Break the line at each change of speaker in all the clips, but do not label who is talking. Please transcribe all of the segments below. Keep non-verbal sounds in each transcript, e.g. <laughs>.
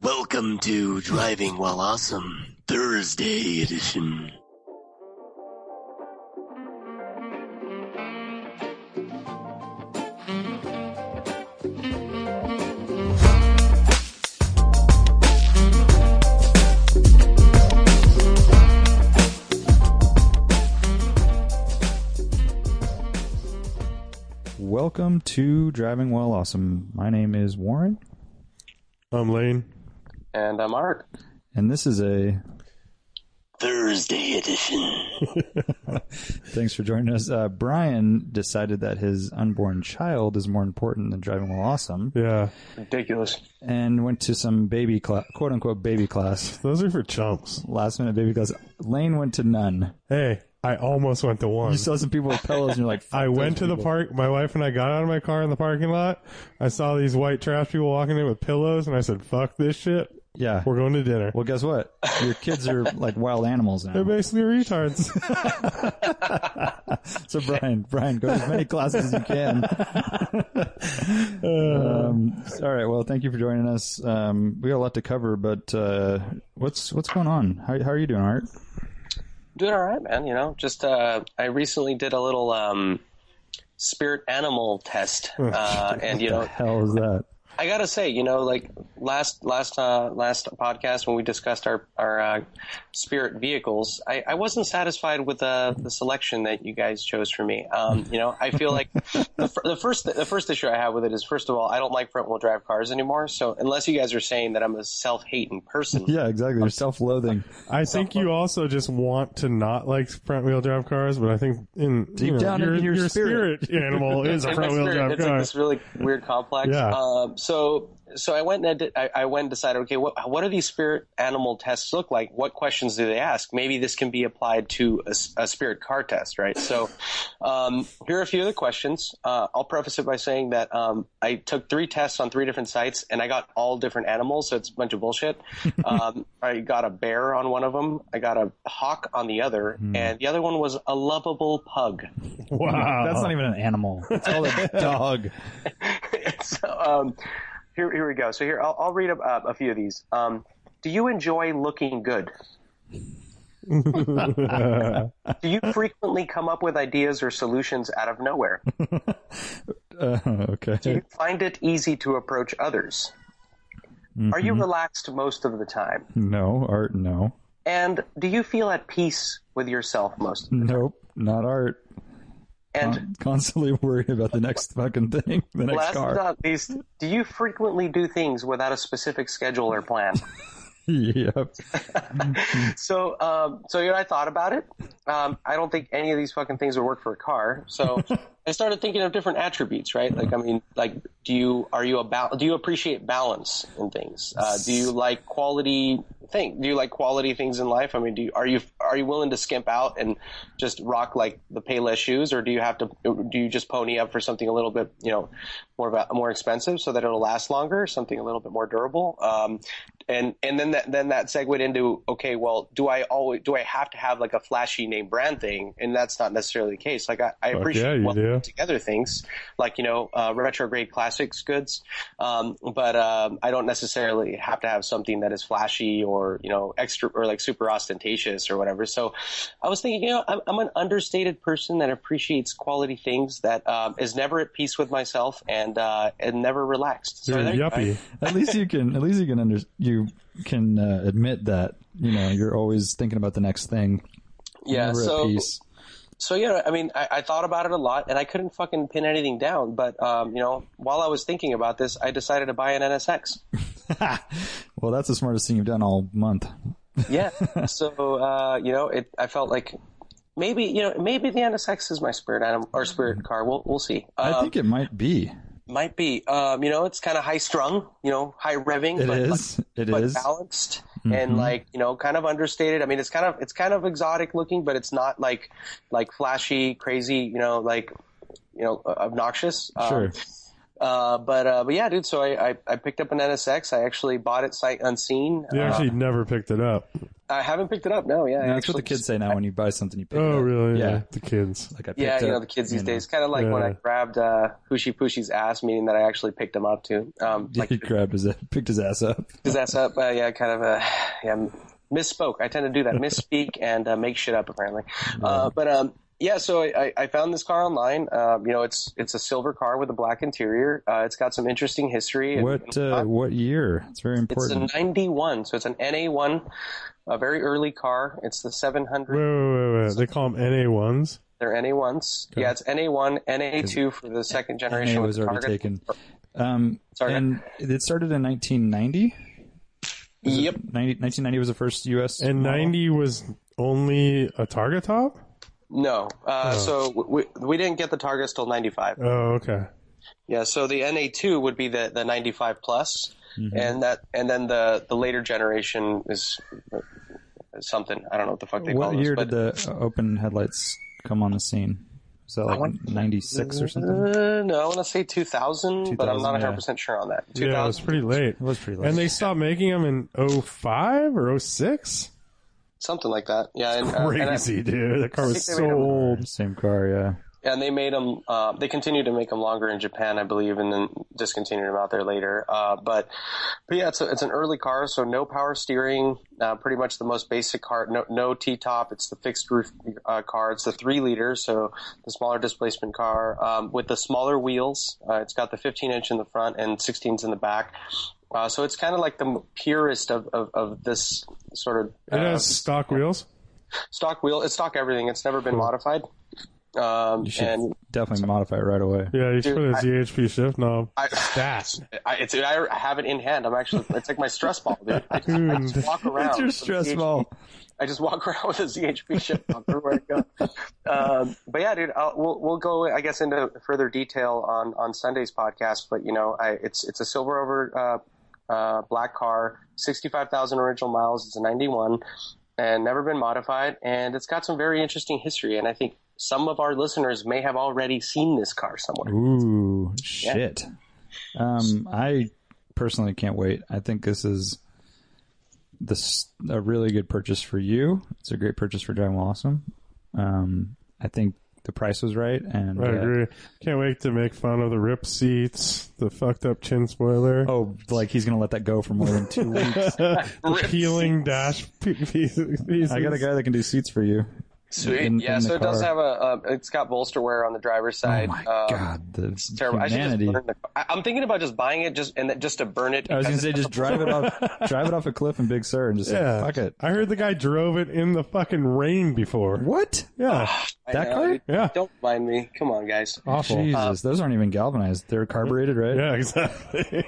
Welcome to Driving While Awesome Thursday edition.
Welcome to Driving While Awesome. My name is Warren,
I'm Um, Lane.
And I'm Mark.
and this is a
Thursday edition.
thanks for joining us. Uh, Brian decided that his unborn child is more important than Driving While Awesome,
Yeah,
Ridiculous.
and went to some baby class, quote unquote baby class,
those are for chumps.
last minute baby class. Lane went to none.
Hey, I almost went to one.
You saw some people with pillows, and you're like,
I went to the park. My wife and I got out of my car in the parking lot. I saw these white trash people walking in with pillows, and I said, "Fuck this shit.
yeah.
We're going to dinner."
Well, guess what? Your kids are like wild animals
They're
now.
basically retards.
<laughs> So Brian, Brian, go to as many classes as you <laughs> can. um, all right. Well, thank you for joining us. Um, we got a lot to cover, but uh, what's what's going on? How, how are you doing, Art?
Doing all right, man. You know, just uh, I recently did a little um, spirit animal test, uh, and you
What the
know,
hell is that?
I gotta say, you know, like last last uh, last podcast when we discussed our our uh, spirit vehicles, I, I wasn't satisfied with uh, the selection that you guys chose for me. Um, you know, I feel like the, fir- the first the first issue I have with it is first of all, I don't like front wheel drive cars anymore. So unless you guys are saying that I'm a self hating person,
Yeah, exactly. You're self-loathing.
I think you also just want to not like front wheel drive cars, but I think in
Deep
you know,
down in
your,
your <laughs>
spirit. animal is a
In my
front wheel
spirit,
drive
it's
car.
like this really weird complex.
Yeah.
Um, so so I went and I, did- I, I went and decided, okay, what what do these spirit animal tests look like? What questions do they ask? Maybe this can be applied to a, s- a spirit car test, right? So um, here are a few of the questions. Uh, I'll preface it by saying that um, I took three tests on three different sites, and I got all different animals, so it's a bunch
<laughs>
of bullshit. um, I got a bear on one of them, I got a hawk on the other,
Hmm.
and the other one was a lovable pug.
wow,
<laughs> That's not even an animal. It's called <laughs> a dog.
<laughs> so um, here, here we go. So here, I'll, I'll read up uh, a few of these. Um, do you enjoy looking good? do you frequently come up with ideas or solutions out of nowhere?
Uh, okay.
Do you find it easy to approach others? Are
Mm-hmm.
you relaxed most of the time?
No, Art. No.
And do you feel at peace with yourself most?
Nope. Not Art.
And
I'm constantly worried about the next fucking thing, the next
last
car.
but not least, do you frequently do things without a specific schedule or plan?
<laughs> Yep.
So, um, so you know, I thought about it. Um, I don't think any of these fucking things would work for a car. So, I started thinking of different attributes, right? Like, I mean, like, do you are you about? Do you appreciate balance in things? Uh, do you like quality thing? Do you like quality things in life? I mean, do you, are you are you willing to skimp out and just rock like the Payless shoes, or do you have to? Do you just pony up for something a little bit, you know, more about, more expensive so that it'll last longer, something a little bit more durable? Um, and and then that then that segued into okay, well, do I always do I have to have like a flashy name brand thing? And that's not necessarily the case. Like I, I
Fuck
appreciate
yeah, you
well
do.
put together things, like you know uh, retrograde classics goods, um, but um, I don't necessarily have to have something that is flashy or you know extra or like super ostentatious or whatever. So I was thinking, you know, I'm, I'm an understated person that appreciates quality things that um, is never at peace with myself and uh, and never relaxed. So
You're a
there-
yuppie.
at least you can at least you can under you can uh, admit that you know you're always thinking about the next thing
yeah.
Never at
So
peace. <laughs>
so yeah, I mean, I, I thought about it a lot, and I couldn't fucking pin anything down. But um, you know, while I was thinking about this, I decided to buy an NSX.
well that's the smartest thing you've done all month
Yeah. so uh, you know, it. I felt like maybe you know maybe the NSX is my spirit animal or spirit car. We'll we'll see. Um,
Mm-hmm. i think it might be
might be. Um, you know, it's kind of high strung. You know, high revving.
It
but,
is. It
but
is. Mm-hmm.
balanced and like you know kind of understated i mean it's kind of it's kind of exotic looking but it's not like like flashy crazy you know like you know obnoxious Um,
sure
uh, but uh, but yeah dude so I, I i picked up an nsx i actually bought it sight unseen
You
Uh,
actually never picked it up.
I haven't picked it up. No, yeah. I
that's what
actually
the kids
just-
say now when you buy something, you pick it
Oh,
up.
really?
Yeah.
The kids.
Like I picked
Yeah, you know
up,
the kids
you
these
know.
days. Kind of like when I
Yeah.
grabbed uh, Hushy Pushy's ass, meaning that I actually picked him up too. Um, like
he <laughs> grabbed his picked his ass up.
his ass up. Uh, yeah, kind of a yeah, misspoke. I tend to do that, misspeak <laughs> and uh, make shit up apparently. Uh, but um, yeah, so I, I- I found this car online. Um, you know, it's it's a silver car with a black interior. Uh, it's got some interesting history. and-
What uh, what year? It's very
It's a
important.
91, so it's an NA1, a very early car. It's the 700.
Wait, wait, wait, wait. They call them NA ones.
They're NA1s. Yeah, it's NA1, NA2 for the second generation.
It
with
was
the
already
target.
taken. Um,
Sorry.
and it started in 1990.
Yep.
90, 1990 was the first U.S.
And
model.
ninety was only a target top.
No. Uh,
Oh.
So we, we didn't get the targets till 95.
Oh, okay.
Yeah, so the NA2 would be the, the 95 plus,
Mm-hmm.
and that and then the, the later generation is uh, something. I don't know what the fuck they
What
call
year
those.
did
but-
the uh, open headlights come on the scene? Was that like 96 or something?
Uh, no, I want to say 2000, but I'm
2000,
not
yeah.
100% sure on that. 2000,
Yeah, it was pretty late.
It was pretty late.
And they stopped making them in 05 or 06?
something like that. Yeah, and, uh, and I-
Crazy, dude. That car was
think they made
so
'em-
old.
Same car, yeah.
and they made them. Uh, they continued to make them longer in Japan, I believe, and then discontinued them out there later. Uh, but, but yeah, it's a, it's an early car, so no power steering. Uh, pretty much the most basic car. No no T top. It's the fixed roof uh, car. It's the three liter, so the smaller displacement car um, with the smaller wheels. Uh, it's got the 15 inch in the front and 16s in the back. Uh, so it's kind of like the purest of, of, of this sort of.
It
uh,
has stock wheels.
stock wheel. It's stock everything. It's never been modified. Um,
Hmm. You should
and
definitely modify it right away.
Yeah, you
Dude,
put a ZHP shift knob.
I,
Stat.
I, it's, I have it in hand. I'm actually, it's like my stress ball, dude. I just, I
Dude.
just walk around.
It's your
with a
stress
ZHP
ball.
I just walk <laughs> around with a ZHP ship on everywhere I go. Um, but yeah, dude, I'll, we'll we'll go, I guess, into further detail on on Sunday's podcast. But you know, I, it's it's a silver over uh, uh, black car, sixty five thousand original miles. It's a ninety one, and never been modified, and it's got some very interesting history. And I think some of our listeners may have already seen this car somewhere.
Ooh, shit. Um, I personally can't wait. I think this is this a really good purchase for you. It's a great purchase for Driving While Awesome. Um, I think the price was right, and
I
uh,
agree. Can't wait to make fun of the rip seats, the fucked up chin <laughs> spoiler,
oh, like he's gonna let that go for more than
<laughs>
two weeks.
the peeling dash <laughs> pe- pieces.
I got a guy that can do seats for you.
Sweet,
in-
yeah.
in the
so it does
car.
have a, a, it's got bolster wear on the driver's
Oh
side.
my
Um,
god, the
It's terrible. I should
humanity.
just burn the car. I- I'm thinking about just buying it just and then- just to burn it.
I was gonna
because
say, just drive it
<laughs>
off, drive it off a cliff in Big Sur, and just
Yeah.
like, fuck it.
I heard the guy drove it in the fucking rain before.
What?
Yeah.
I
that
know,
car?
dude.
Yeah.
Don't mind me. Come on, guys.
Awful.
Jesus,
Uh,
those aren't even galvanized. They're carbureted, right?
Yeah, <laughs> exactly.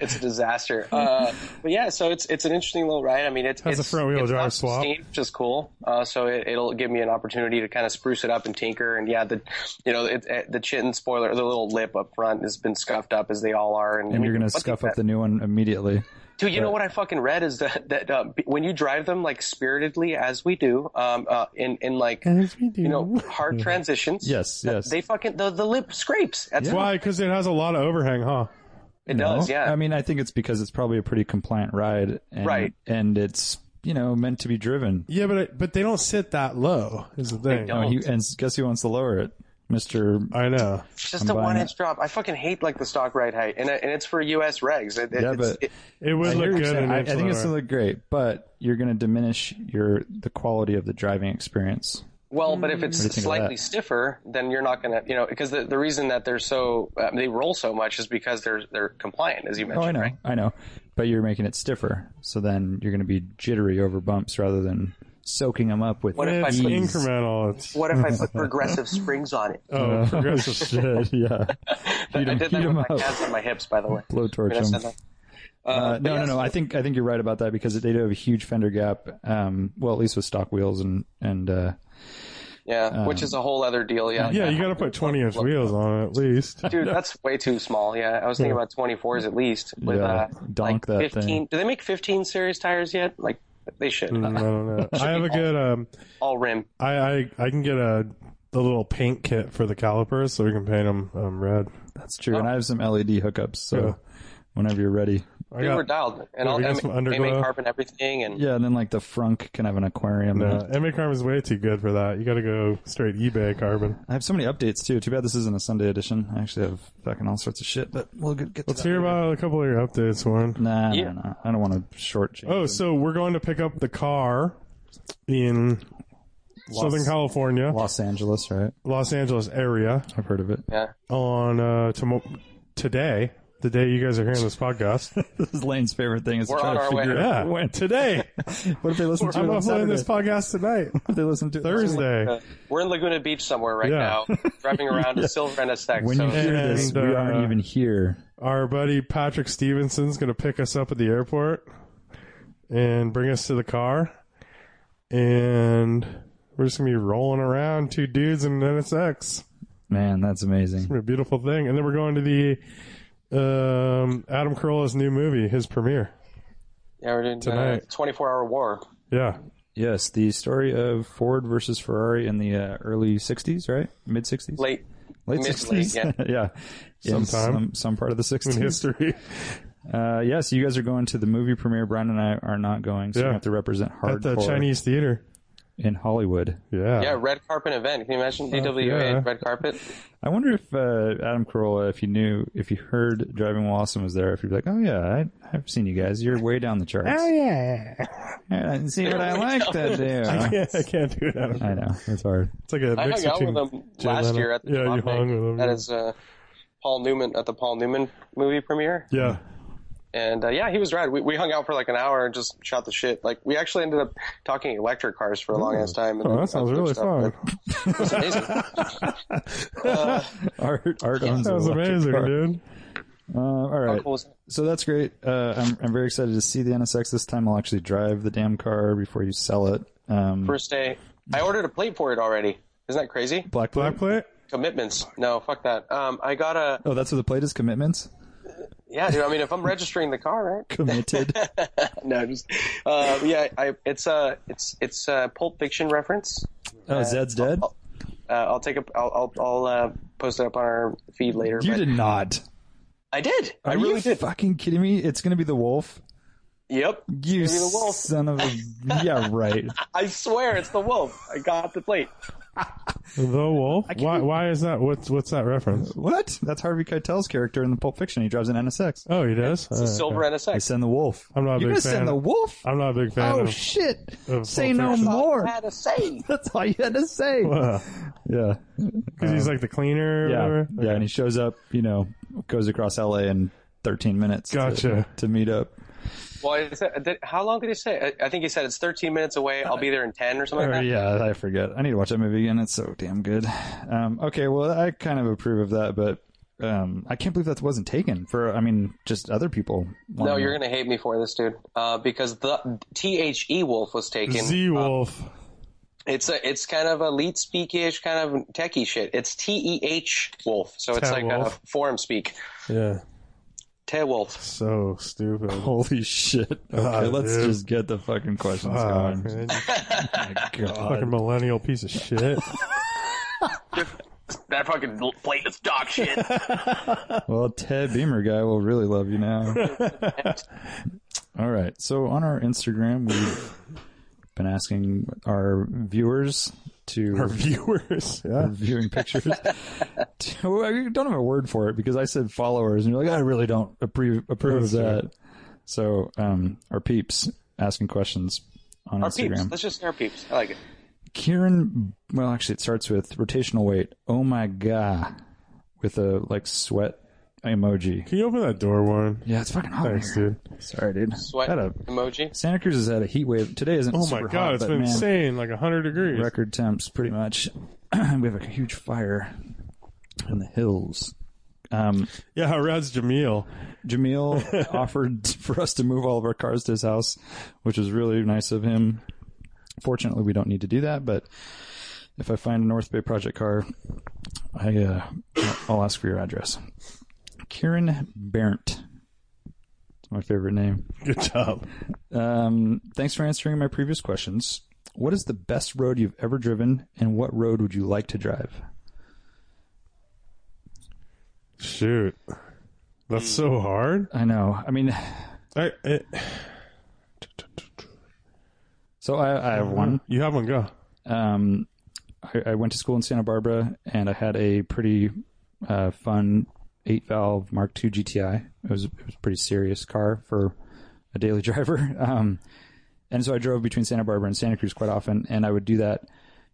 It's
<laughs>
a disaster. Uh, but yeah, so it's it's an interesting little ride. I mean, it's
Has a
it's,
front wheel
it's
drive
not
swap.
pristine, which is cool. Uh, so it, it'll give me an opportunity to kind of spruce it up and tinker. And yeah, the you know it, it, the chin spoiler, the little lip up front has been scuffed up as they all are. And,
And you're gonna scuff up the new one immediately.
Dude, you know what I fucking read is that that uh, b- when you drive them like spiritedly as we do, um, uh, in in like
As we do.
you know
<laughs>
hard transitions.
Yes,
that
yes.
They fucking the, the lip scrapes. That's why
Why? Because it has a lot of overhang, huh?
it does.
No?
Yeah.
I mean, I think it's because it's probably a pretty compliant ride, and,
Right.
And it's you know meant to be driven.
Yeah, but it, but they don't sit that low. Is the thing.
Oh, he, and guess who wants to lower it, Mister?
I know.
it's just a
buying
one inch drop. I fucking hate like the stock ride height, and and it's for U.S. regs. It, it-
Yeah,
it's,
but-
it-
It would
I, hear what
look
you're
good.
saying.
in
I, I think it's
Ypsilanti.
gonna look great, but you're gonna diminish your the quality of the driving experience.
well, but if it's
you think of
slightly
that?
stiffer, then you're not gonna, you know, because the, the reason that they're so uh, they roll so much is because they're they're compliant, as you
Oh,
mentioned.
I know,
Right?
I know, but you're making it stiffer, so then you're gonna be jittery over bumps rather than soaking them up with
What if I
It's
put-
ease.
incremental. It's
What
<laughs>
if I put progressive springs on it?
oh, <laughs> progressive shit.
Shit, <laughs> yeah,
I
heat 'em-
did that
heat
with
'em
my
up.
hands on my hips, by the way.
blowtorch
Did I say
them.
that?
Uh,
but
no,
yeah,
no, no.
so-
I think I think you're right about that because they do have a huge fender gap. Um, well, at least with stock wheels and and uh,
Yeah, which is a whole other deal. Yeah,
Yeah, you got to put 20 inch wheels on it at least.
dude, that's way too small. Yeah, I was thinking about 24s at least. With,
Yeah,
uh,
donk
like
that
15,
thing.
Do they make 15 series tires yet? Like they should.
Mm, I don't know. I have a good. Um,
All rim.
I, I I can get a the little paint kit for the calipers so we can paint them um, red.
that's true. And I have some LED E hookups, so whenever you're ready.
I
Dude, we're
got
dialed, and
Yeah,
I'll
we got
Emmett
some
Emmett
underglow.
Carpenter everything, and
Yeah, and then like the frunk can have an aquarium. in
<laughs> no.
it.
MA carbon's way too good for that. You got to go straight eBay carbon.
I have so many updates too. Too bad this isn't a Sunday edition. I actually have fucking all sorts of shit, but we'll get, get to
Let's
that
hear
later.
about a couple of your updates, Warren.
Nah,
Yeah.
nah, nah. I don't want to shortchange.
Oh,
it.
so we're going to pick up the car in Southern California,
Los Angeles, right?
Los Angeles area
I've heard of it.
yeah.
on uh, tomo today, the day you guys are hearing this podcast.
<laughs> this is Lane's favorite thing is
We're
to try
on
to
our way.
figure out
Yeah, today.
what if they listen to
I'm
it on
uploading
Saturday?
this podcast tonight,
What if they listen to it on
Thursday.
Uh, we're in Laguna Beach somewhere right
Yeah.
now, driving around a silver and a stack.
When
so
you hear
And,
this, we
uh,
aren't even here.
Our buddy Patrick Stevenson's going to pick us up at the airport and bring us to the car, and we're just going to be rolling around, two dudes in an NSX.
Man, that's amazing.
A beautiful thing. And then we're going to the um, Adam Carolla's new movie, his premiere.
yeah, we're doing uh,
Tonight.
24 hour war.
Yeah.
Yes, the story of Ford versus Ferrari in the uh, early '60s, right? Mid '60s,
Late.
late
mid-
'60s,
late,
<laughs> yeah, In
Sometime.
some, some part of the '60s.
In history.
Uh, yes, you guys are going to the movie premiere. Brian and I are not going, so
Yeah.
you have to represent
<laughs> At the
hardcore
Chinese theater.
in Hollywood.
Yeah.
Yeah, red carpet event. Can you imagine DWA
Uh, yeah.
red carpet?
I wonder if uh, Adam Carolla, if you knew, if you heard Driving While Awesome was there, if you'd be like, "Oh yeah, I, I've seen you guys. You're way down the charts.
Oh, yeah.
Oh, Yeah, I see
<laughs>
what I like that do."
I can't do that.
I know that's hard.
It's like a
I
mix
hung out
between
with him
Jay
last
Leno.
year at the
Yeah, you
Bob Hank.
hung with him.
That is uh, Paul Newman at the Paul Newman movie premiere,
yeah.
and uh, yeah, he was rad. We, we hung out for like an hour and just shot the shit. Like we actually ended up talking electric cars for a long ass time. And
Oh,
then
that sounds
other
really
stuff,
fun.
but It was
<laughs>
amazing.
Art, art owns
That was
an electric
amazing,
car.
dude.
Uh, all
How
right,
Oh, cool was that?
so that's great. Uh, I'm I'm very excited to see the NSX this time. I'll actually drive the damn car before you sell it. Um,
First day, I ordered a plate for it already. Isn't that crazy?
black plate.
Black plate?
Commitments. No, fuck that. Um, I got a
Oh, that's what the plate is. Commitments.
yeah, dude. I mean, if I'm registering the car, right? <laughs>
Committed.
No, just uh, yeah. I, it's a it's it's a Pulp Fiction reference.
<laughs> Oh, Zed's
<laughs>
dead.
Uh, I'll take a I'll I'll, I'll uh, post it up on our feed later.
You
but-
did not.
I did. I
Are
really
you
did.
fucking kidding me? It's gonna be the wolf.
Yep.
You
Maybe the wolf.
son of a yeah, right.
I swear it's the wolf. I got the plate.
The wolf? Why, why is that? What's what's that reference?
What? That's Harvey Keitel's character in the Pulp Fiction. He drives an NSX.
Oh, he does?
It's a silver
Uh, I
NSX.
send the wolf.
I'm not a
You're gonna
big fan
send the
of-
wolf.
I'm not a big fan
oh
of <laughs>
shit!
of
Say
Pulp
no
Fiction.
more.
had to say.
That's all you had to say.
<laughs>
yeah,
Because he's like the cleaner or
yeah,
whatever.
yeah. And he shows up. You know, goes across LA in 13 minutes. to-
Gotcha.
To, meet up.
Well, I said, did- how long did he say? I, I think he said it's 13 minutes away. I'll be there in 10 or something
Or,
like that.
yeah, I forget. I need to watch that movie again. It's so damn good. Um, okay, well, I kind of approve of that, but um, I can't believe that wasn't taken for. I mean, just other people.
No, you're gonna hate me for this, dude. Uh, because the T H E Wolf was taken.
Z Wolf.
uh, It's a, it's kind of a leet speakish kind of techie shit. It's T E H Wolf, so it's
Ted
like
Wolf.
a forum speak.
yeah.
Te Wolf.
So stupid. <laughs>
Holy shit! Okay,
God,
let's
dude.
just get the fucking questions
Fuck,
going.
man.
My
Fucking
God.
millennial piece of <laughs> shit.
That fucking plate is dog shit.
Well, Ted Beamer guy will really love you now. All right. So on our Instagram, we've been asking our viewers to
Our viewers. <laughs> Yeah.
reviewing pictures. <laughs> To- I don't have a word for it because I said followers, and you're like, I really don't approve approve of that. So, um, our peeps asking questions on
Our peeps.
Instagram.
Let's just say our peeps. I like it.
Kieran, well, actually, it starts with rotational weight. Oh my god, with a like sweat emoji.
Can you open that door, Warren?
Yeah, it's fucking hot. in
Thanks,
here.
dude.
Sorry, dude.
Sweat
Had a-
emoji.
Santa Cruz has had a heat wave. Today isn't.
Oh my
super
god,
hot,
it's
but
been
man,
insane, like hundred degrees.
record temps pretty much. <clears throat> we have a huge fire in the hills. Um,
Yeah, how rad's Jameel?
Jameel offered for us to move all of our cars to his house, which was really nice of him. Fortunately, we don't need to do that, but if I find a North Bay Project car, I uh, I'll ask for your address. Kieran Berndt. It's my favorite name.
Good job.
Um, thanks for answering my previous questions. What is the best road you've ever driven, and what road would you like to drive?
Shoot. That's so hard.
I know. I mean, <sighs>
I, I,
so I, I have one.
You have one go.
Um, I, I went to school in Santa Barbara, and I had a pretty uh, fun eight valve Mark II GTI. It was it was a pretty serious car for a daily <laughs> driver. Um, and so I drove between Santa Barbara and Santa Cruz quite often, and I would do that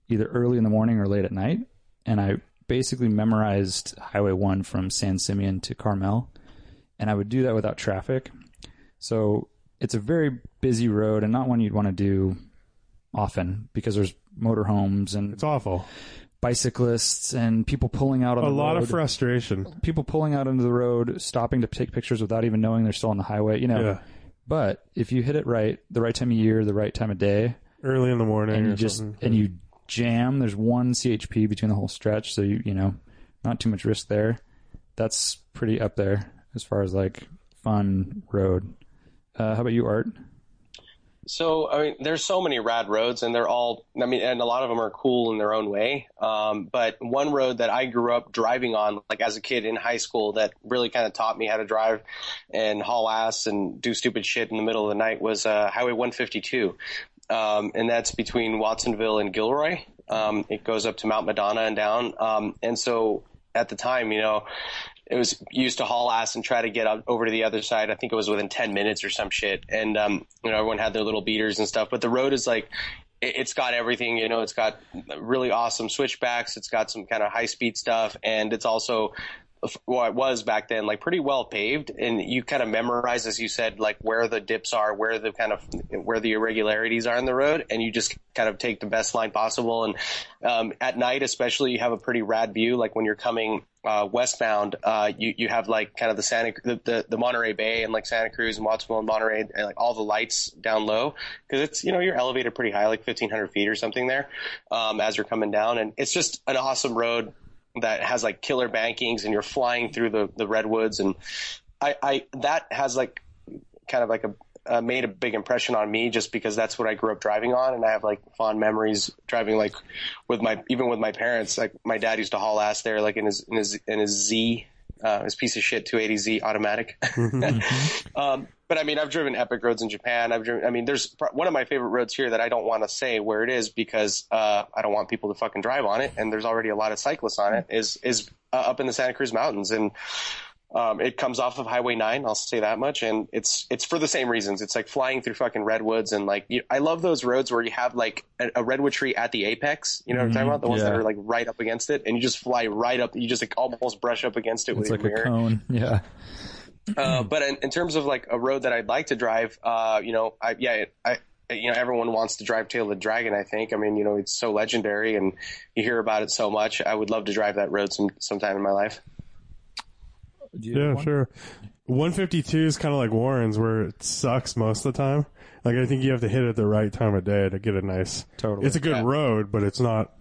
either early in the morning or late at night. And I basically memorized Highway One from San Simeon to Carmel, and I would do that without traffic. So it's a very busy road, and not one you'd want to do often because there's motorhomes and
It's awful.
bicyclists and people pulling out on
A
the
lot
road
of frustration.
people pulling out into the road, stopping to take pictures without even knowing they're still on the highway, you know.
Yeah.
But if you hit it right, the right time of year, the right time of day,
Early in the morning.
and
or
you just
something.
and you jam, there's one CHP between the whole stretch, so you you know, not too much risk there. That's pretty up there as far as like fun road. Uh, how about you, Art?
So I mean, there's so many rad roads, and they're all I mean, and a lot of them are cool in their own way. Um, but one road that I grew up driving on, like as a kid in high school, that really kind of taught me how to drive and haul ass and do stupid shit in the middle of the night was uh, Highway 152, um, and that's between Watsonville and Gilroy. Um, it goes up to Mount Madonna and down. Um, and so at the time, you know, it was used to haul ass and try to get up over to the other side. I think it was within 10 minutes or some shit. And, um, you know, everyone had their little beaters and stuff, but the road is like, it- it's got everything, you know, it's got really awesome switchbacks. It's got some kind of high speed stuff. And it's also, well, it was back then, like pretty well paved. And you kind of memorize, as you said, like where the dips are, where the kind of, where the irregularities are in the road. And you just kind of take the best line possible. And, um, at night, especially you have a pretty rad view. Like when you're coming, uh, westbound, uh, you, you have like kind of the Santa, the, the, the Monterey Bay and like Santa Cruz and Watsonville and Monterey and, like all the lights down low. Cause it's, you know, you're elevated pretty high, like 1500 feet or something there, um, as you're coming down. And it's just an awesome road that has like killer bankings and you're flying through the, the redwoods. And I, I, that has like kind of like a, uh, made a big impression on me just because that's what I grew up driving on, and I have like fond memories driving like with my even with my parents. Like my dad used to haul ass there, like in his in his in his Z, uh, his piece of shit 280Z automatic.
<laughs>
um, but I mean, I've driven epic roads in Japan. I've driven. I mean, there's pr- one of my favorite roads here that I don't want to say where it is because uh, I don't want people to fucking drive on it, and there's already a lot of cyclists on it. Is is uh, up in the Santa Cruz Mountains and. Um, it comes off of Highway Nine. I'll say that much, and it's it's for the same reasons. It's like flying through fucking redwoods, and like you, I love those roads where you have like a, a redwood tree at the apex. You know what I'm talking about? The ones that
Mm-hmm. yeah.
are like right up against it, and you just fly right up. You just like almost brush up against it
It's
with
like
your
a
mirror.
cone. <laughs> Yeah.
Uh, but in, in terms of like a road that I'd like to drive, uh, you know, I, yeah, I, you know, everyone wants to drive Tail of the Dragon. I think. I mean, you know, it's so legendary, and you hear about it so much. I would love to drive that road some sometime in my life.
Do you have
Yeah,
one?
sure. 152 is kind of like Warren's, where it sucks most of the time. Like I think you have to hit it the right time of day to get a nice.
Totally.
It's a good road, but it's not.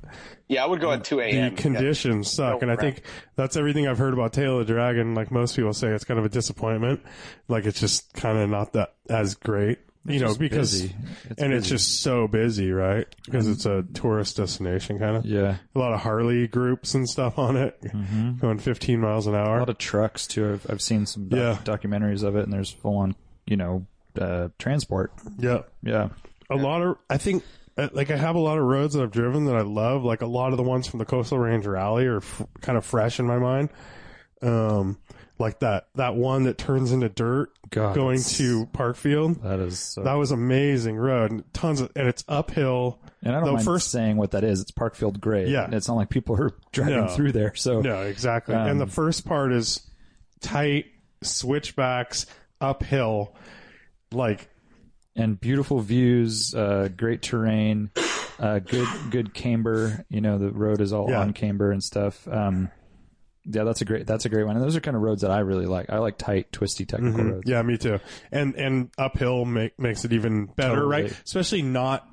Yeah, I would go at two
The
a.m. Yeah.
conditions suck,
No
and I
crap.
think that's everything I've heard about Tail of the Dragon. Like most people say, it's kind of a disappointment. Like it's just kind of not that as great, you know,
just
because
busy. It's
and it's just so busy, right? Because it's a tourist destination, kind of.
Yeah.
A lot of Harley groups and stuff on it, going 15 miles an
Mm-hmm. a
hour.
lot of trucks too. I've, I've seen some doc-
Yeah.
documentaries of it, and there's full on, you know, uh, transport.
yeah.
Yeah,
a lot of i think uh, like i have a lot of roads that i've driven that i love like a lot of the ones from the coastal range rally are f- kind of fresh in my mind um like that that one that turns into dirt
God,
going
that's-
to parkfield
that is. uh, So,
that was amazing road and tons of and it's uphill
and I don't
the
mind
first-
saying what that is. It's Parkfield Grade.
Yeah.
and it's not like people are <laughs> driving
No.
through there. So
no exactly
Um,
and the first part is tight switchbacks uphill like
and beautiful views, uh, great terrain, uh, good good camber. You know, the road is all
Yeah.
on camber and stuff. Um, yeah, that's a great that's a great one. And those are kind of roads that I really like. I like tight, twisty, technical roads.
Mm-hmm. Yeah, me too. And and uphill make, makes it even better,
Totally.
right? Especially not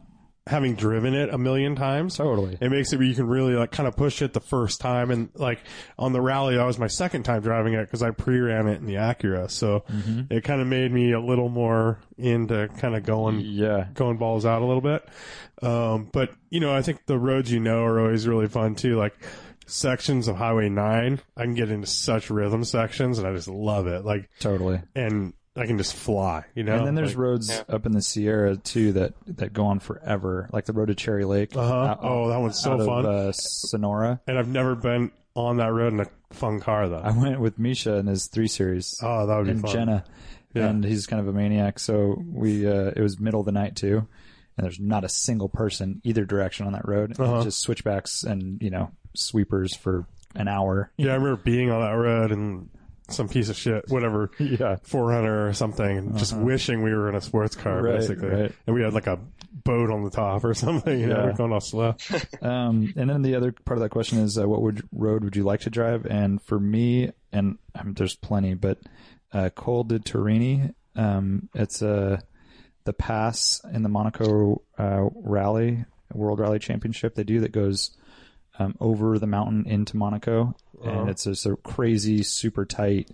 having driven it a million times.
Totally.
It makes it where you can really like kind of push it the first time, and like on the rally, that was my second time driving it because I pre-ran it in the Acura, so it kind of made me a little more into kind of going
Yeah,
going balls out a little bit. Um, but you know, I think the roads you know are always really fun too. Like sections of Highway 9. I can get into such rhythm sections, and I just love it. Like,
Totally.
and I can just fly, you know.
and then there's
Like,
roads
yeah.
up in the Sierra too that that go on forever, like the road to Cherry Lake.
Uh-huh. Oh, that one's so
out of,
fun.
uh, Sonora.
and I've never been on that road in a fun car though.
I went with Misha and his three series
oh, that would be
and
fun.
Jenna,
Yeah.
and he's kind of a maniac. So we uh, it was middle of the night too, and there's not a single person either direction on that road. It's
Uh-huh.
Just switchbacks and you know sweepers for an
<laughs>
hour.
Yeah, I remember being on that road and some piece of shit, whatever,
Yeah.
Forerunner or something, and just wishing we were in a sports car
Uh-huh. Right,
basically,
right.
and we had like a boat on the top or <laughs> something. You know,
Yeah.
we're going all slow.
Um, and then the other part of that question is, uh, what would road would you like to drive? And for me, and um, there's plenty, but uh, Col de Torini, um, it's uh, the pass in the Monaco uh, Rally World Rally Championship they do that goes um, over the mountain into Monaco,
Uh-huh.
and it's just a crazy, super tight,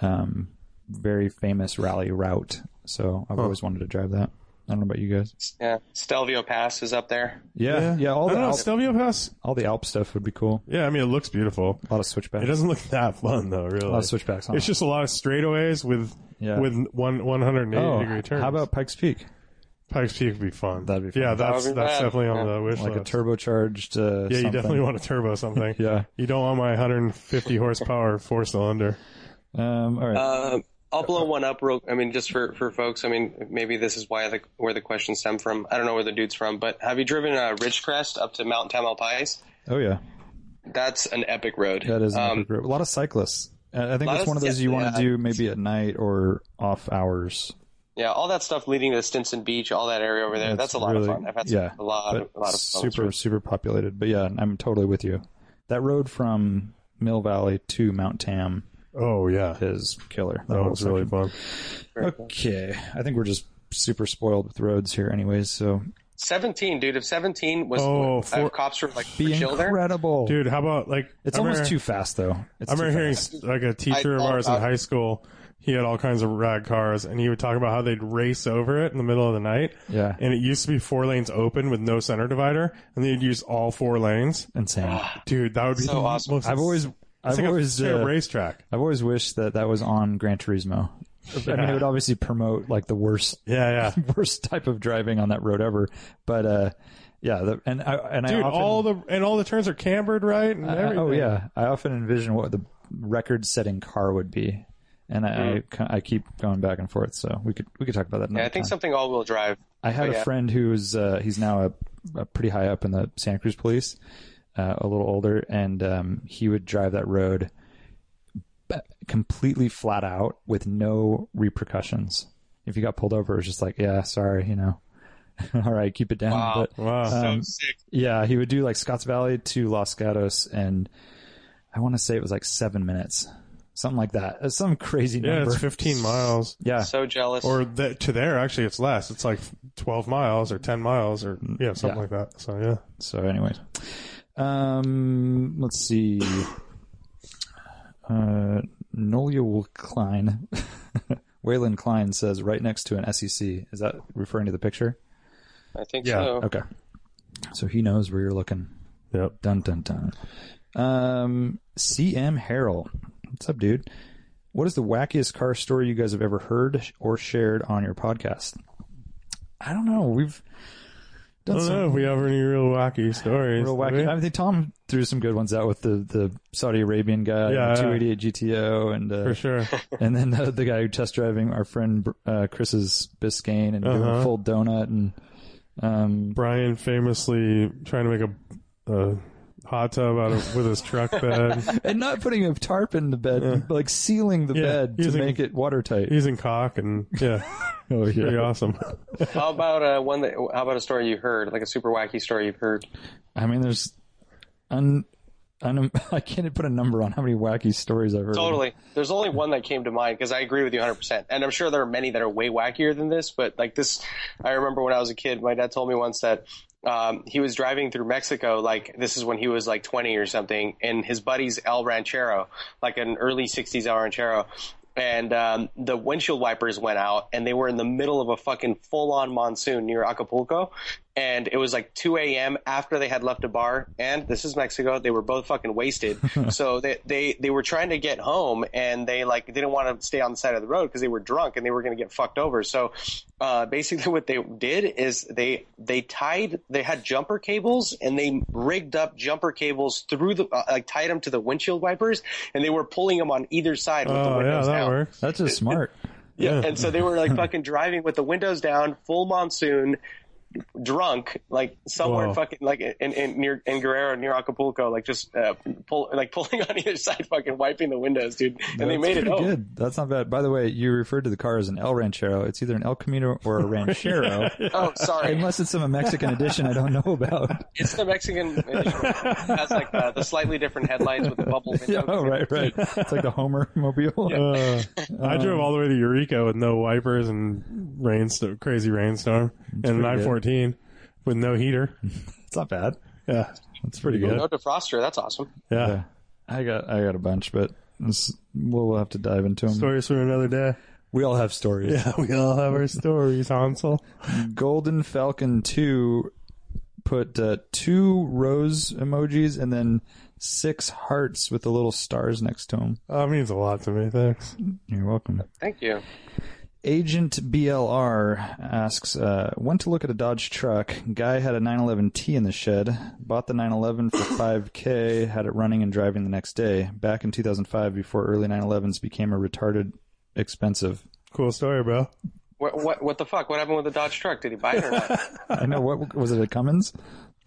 um, very famous rally route. So I've always wanted to drive that. I don't know about you guys.
Yeah, Stelvio Pass is up there.
Yeah, yeah. all
I
the
don't know,
Alp,
Stelvio Pass.
all the Alp stuff would be cool.
Yeah, I mean it looks beautiful.
A lot of switchbacks.
It doesn't look that fun though, really.
a lot of switchbacks. Huh?
It's just a lot of straightaways with
Yeah.
with one one hundred and eighty
oh,
degree turns.
how about Pikes Peak?
Pikes Peak would be fun.
That'd be fun.
Yeah, that's
That would be
that's
rad.
definitely on
Yeah.
the wish
Like a
list.
turbocharged. Uh,
yeah, you definitely want
<laughs>
a turbo something.
Yeah.
You don't want my
<laughs>
150 horsepower four cylinder.
Um, all right.
Uh, I'll blow one up real. I mean, just for, for folks. I mean, maybe this is why the where the question stemmed from. I don't know where the dude's from, but have you driven uh, Ridgecrest up to Mount Tamalpais?
oh yeah,
That's an epic road.
that is an
Um,
epic road. a lot of cyclists. I I think
lot
it's
of-
one of those
yeah,
you want
yeah.
to do maybe at night or off hours.
yeah, all that stuff leading to Stinson Beach, all that area over there. That's, a lot
really-
of fun. I've had
yeah,
a lot, of,
but
a lot of fun. with
super super populated. But yeah, I'm totally with you. That road from Mill Valley to Mount Tam
Oh yeah,
is killer.
that
whole
one's really
section.
fun.
Okay, I think we're just super spoiled with roads here, anyways. So
Seventeen, dude. If seventeen was,
Oh,
if
four-
cops were like for
be
children.
incredible,
Dude, how about like
It's
I
almost
remember-
too fast though. It's
I remember
too
hearing
fast.
s- like a teacher of
I-
ours in
I-
high school. He had all kinds of rad cars, and he would talk about how they'd race over it in the middle of the night.
Yeah.
and it used to be four lanes open with no center divider, and they'd use all four lanes. <sighs>
insane.
Dude, that would be
So
the
awesome.
most-
I've always,
it's
I've
like
always,
a, straight
uh,
racetrack.
I've always wished that that was on Gran Turismo. I mean, it would obviously promote like the worst, <laughs>
Yeah, <laughs> yeah.
worst type of driving on that road ever. But uh, yeah, the, and I and I
Dude,
often,
all the and all the turns are cambered right, and
I-
everything.
oh yeah, I often envision what the record-setting car would be, and I,
Mm.
I I keep going back and forth. So we could we could talk about that.
Yeah,
another
I think
time.
something all-wheel drive.
I had
Oh, yeah.
a friend who's uh, he's now a, a pretty high up in the Santa Cruz police, uh, a little older, and um, he would drive that road b- completely flat out with no repercussions. If you got pulled over, it was just like, yeah, sorry, you know, <laughs> all right, keep it down.
Wow.
But
Wow.
um,
so sick.
yeah, he would do like Scotts Valley to Los Gatos, and I want to say it was like seven minutes, something like that, It's some crazy
yeah,
number.
it's 15 miles.
yeah,
So jealous.
Or th- to there, actually, it's less. It's like 12 miles or 10 miles or yeah, something
Mm, Yeah.
like that. So yeah,
So, anyways, um, let's see. Uh, Nolia Klein, <laughs> Waylon Klein says right next to an SEC. Is that referring to the picture?
I think
Yeah.
so.
Okay, so he knows where you're looking.
yep.
Dun dun dun. Um, CM Harrell, what's up, dude? What is the wackiest car story you guys have ever heard or shared on your podcast? I don't know. We've
I
done
don't
some
know if we have any real wacky
<sighs>
stories.
real
do we?
wacky. I think Tom threw some good ones out with the, the Saudi Arabian guy,
Yeah, yeah.
the 288 GTO, and uh, <laughs>
for sure.
and then the, the guy who test driving our friend uh, Chris's Biscayne and doing
Uh-huh.
a full donut and um,
Brian famously trying to make a, a hot tub out of with his truck
<laughs>
bed
and not putting a tarp in the bed, like sealing the
Yeah,
bed to
using-
make it watertight.
using cock and yeah,
Oh
pretty
<laughs> yeah,
awesome.
How about uh, one that? How about a story you heard, like a super wacky story you've heard?
I mean there's un. un- <laughs> I can't put a number on how many wacky stories I've heard.
Totally. There's only one that came to mind because I agree with you 100%. And I'm sure there are many that are way wackier than this, but like this, I remember when I was a kid, my dad told me once that um, he was driving through Mexico, like this is when he was like 20 or something, and his buddy's El Ranchero, like an early 60s El Ranchero. And um, the windshield wipers went out, and they were in the middle of a fucking full on monsoon near Acapulco. and it was like 2 a.m. after they had left a bar. And this is Mexico; they were both fucking wasted. so they, they they were trying to get home, and they like didn't want to stay on the side of the road because they were drunk and they were going to get fucked over. So uh, basically, <laughs> what they did is they they tied they had jumper cables and they rigged up jumper cables through the uh, like tied them to the windshield wipers, and they were pulling them on either side with the
Oh, yeah,
windows
that
down.
works.
That's just smart.
Yeah. And so they were like fucking driving with the windows down, full monsoon, drunk, like somewhere
Wow.
in fucking like in, in near in Guerrero near Acapulco, like just uh, pull like pulling <laughs> on either side, fucking wiping the windows, dude. And they
That's
made it
pretty
home.
good. That's not bad. By the way, you referred to the car as an El Ranchero. It's either an El Camino or
<laughs>
a Ranchero,
Oh, sorry.
unless it's some Mexican edition I don't know about.
It's the Mexican it has like uh, the slightly different headlights with the bubble
<laughs> Yeah,
window.
oh, right, right. It's like the Homer mobile.
Uh, I
um,
drove all the way to Eureka with no wipers and rainstorm, crazy rainstorm, and
good.
914 with no heater.
It's not bad.
Yeah,
That's pretty
Pretty
good.
No defroster, that's awesome.
yeah.
Yeah. I got I got a bunch, but this, we'll, we'll have to dive into them.
Stories for another day.
We all have stories.
Yeah, we all have our stories, Hansel.
Golden Falcon 2 put uh, two rose emojis and then six hearts with the little stars next to them.
Oh, it means a lot to me. Thanks.
You're welcome.
Thank you.
Agent BLR asks, uh, went to look at a Dodge truck. Guy had a 911T in the shed. Bought the 911 for 5K, had it running and driving the next day. Back in 2005, before early 911s became a retarded expensive.
Cool story, bro.
What, what what the fuck? What happened with the Dodge truck? Did he buy it or
<laughs>
not?
I know what was it a Cummins?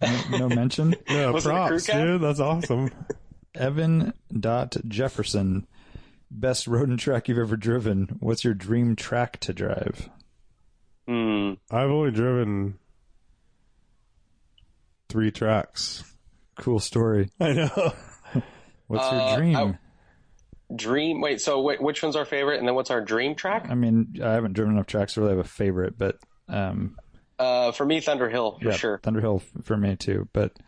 No, no
<laughs>
mention.
Yeah,
Was it a crew
props,
cab?
dude. That's
<laughs>
awesome.
Evan dot Jefferson, best road and track you've ever driven. What's your dream track to drive?
Hmm.
I've only driven three tracks.
Cool story.
I know.
What's
Uh,
your dream?
I- Dream. Wait. So, wait, which one's our favorite? And then what's our dream track?
I mean, I haven't driven enough tracks to really have a favorite, but um,
Uh, for me, Thunder Hill for
yeah,
sure.
Thunderhill f- for me too. But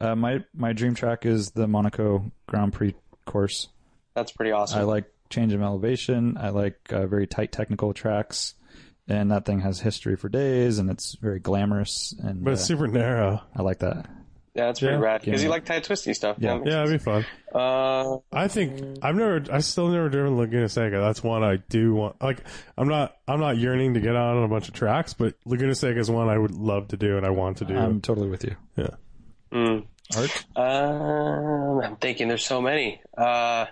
uh, my my dream track is the Monaco Grand Prix course.
That's pretty awesome.
I like change of elevation. I like uh, very tight technical tracks, and that thing has history for days, and it's very glamorous. And
But
uh,
it's super narrow.
I like that.
yeah, that's pretty
Yeah.
rad because
Yeah.
you like tight twisty stuff.
Yeah.
man.
Yeah, it'd be fun.
Uh,
I think I've never, I still never driven Laguna Seca. That's one I do want. Like, I'm not, I'm not yearning to get out on a bunch of tracks, but Laguna Seca is one I would love to do and I want to do.
I'm totally with you.
yeah.
mm.
Art?
Um, I'm thinking there's so many. Uh,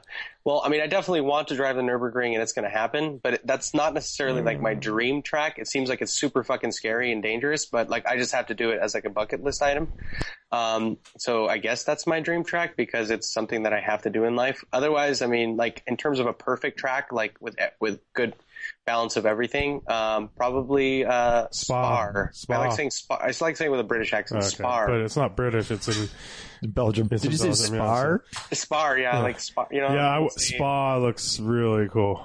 well, I mean, I definitely want to drive the Nurburgring, and it's going to happen. But it, that's not necessarily like
Mm.
my dream track. It seems like it's super fucking scary and dangerous, but like I just have to do it as like a bucket list item. Um, so I guess that's my dream track because it's something that I have to do in life. Otherwise, I mean, like in terms of a perfect track, like with with good balance of everything, um, probably uh,
Spa.
Spar.
Spa.
I like saying Spar. I just like saying with a British accent,
Okay.
Spar.
But it's not British. It's in,
Belgium.
It's
Did you
in
say
Belgium, yeah,
Spar?
Spar, yeah, like Spar, you know.
yeah, I w
it's the-
Spa looks really cool.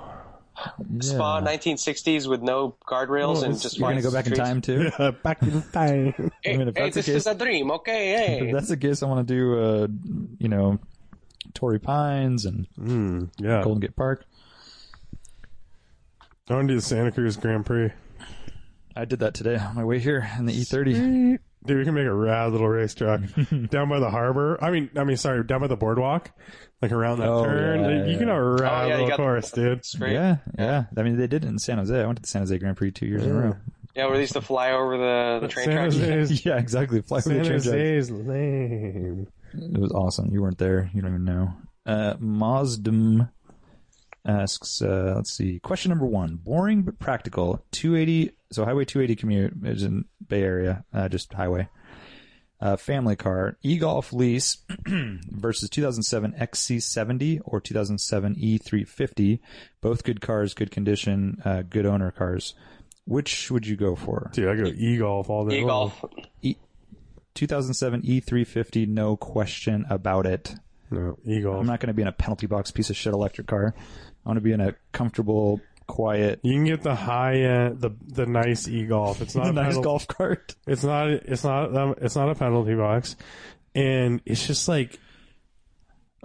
Spa, 1960s with no guardrails and just
You're gonna
wide
go back in
streets.
time too.
Back in time.
Hey,
I mean, if
hey,
that's the
this
case-
is a dream, okay? <laughs> Hey,
If that's the case, I want to do, uh, you know, Torrey Pines and
Mm, yeah.
Golden Gate Park.
I want to do the Santa Cruz Grand Prix.
I did that today on my way here in the E E30.
Dude, we can make a rad little
<laughs>
racetrack down by the harbor. I mean, I mean, sorry, down by the boardwalk, like around that
Oh,
turn.
yeah,
you
yeah.
can have a rad
Oh, yeah, you
little
got the-
course, dude.
straight. Yeah.
Yeah, yeah. I mean, they did it in San Jose. I went to the San Jose Grand Prix two years in a row.
yeah, we used to fly over the, the train
San
tracks.
<laughs>
Jose's,
Yeah, exactly. Fly over the
San
train tracks.
Jose's lame.
It was awesome. You weren't there. You don't even know. Uh, Mazdum asks, uh, let's see, question number one, boring but practical. 280, so Highway 280 commute is in Bay Area, uh, just highway. Uh, family car, e-golf lease <clears throat> versus 2007 XC70 or 2007 E350. E Both good cars, good condition, uh, good owner cars. Which would you go for?
Dude, I go e golf all day. long.
E-golf.
2007 E350, E no question about it.
No, e golf.
I'm not going to be in a penalty box piece of shit electric car. I want to be in a comfortable, quiet,
You can get the high end, the the nice e
<laughs>
golf. It's not a
nice
pedal-
golf cart. <laughs>
It's not. It's not. Um, it's not a penalty box, and it's just like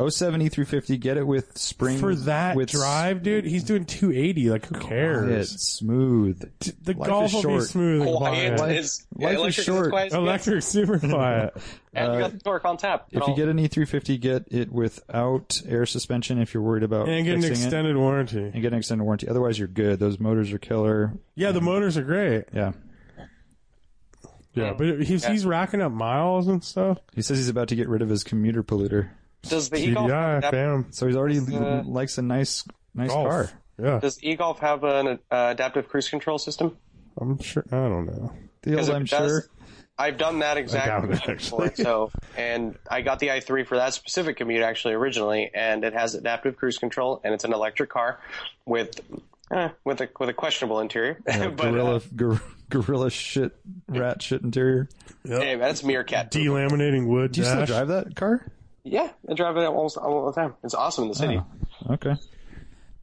070 350. Get it with spring
For that
with
drive, dude, he's doing 280. Like, who
Quiet,
cares?
smooth.
D- The
Life
golf
is
will be
short.
smooth
Oh,
and quiet.
Life-
is,
life is
electric
short.
quiet as it gets,
<laughs>
Electric super quiet.
and you
uh,
got the torque on tap.
If you get an E350, get it without air suspension. If you're worried about
and get an
fixing it.
extended warranty.
and get an extended warranty. Otherwise, you're good. Those motors are killer.
Yeah, the motors are great.
Yeah.
Yeah, but he's, he's racking up miles and stuff.
He says he's about to get rid of his commuter polluter,
does the e-golf
TDI,
have, an adap-
fam.
so he's already
Uh,
likes a nice, nice
Golf.
car.
Yeah,
does the e-golf have an uh, adaptive cruise control system?
I'm sure. I don't know.
The old,
Because if
I'm
it does,
sure.
I've done that
doubt
exactly
it,
before,
actually.
so and I got the i3 for that specific commute actually originally, and it has adaptive cruise control, and it's an electric car with eh, with a with a questionable interior,
<laughs>
<laughs> but uh,
gorilla, <laughs> gor- gorilla shit, rat shit interior.
hey, that's meerkat.
Delaminating wood.
Do you still
dash.
drive that car?
yeah, I drive it almost all the time. It's awesome in the city.
Okay.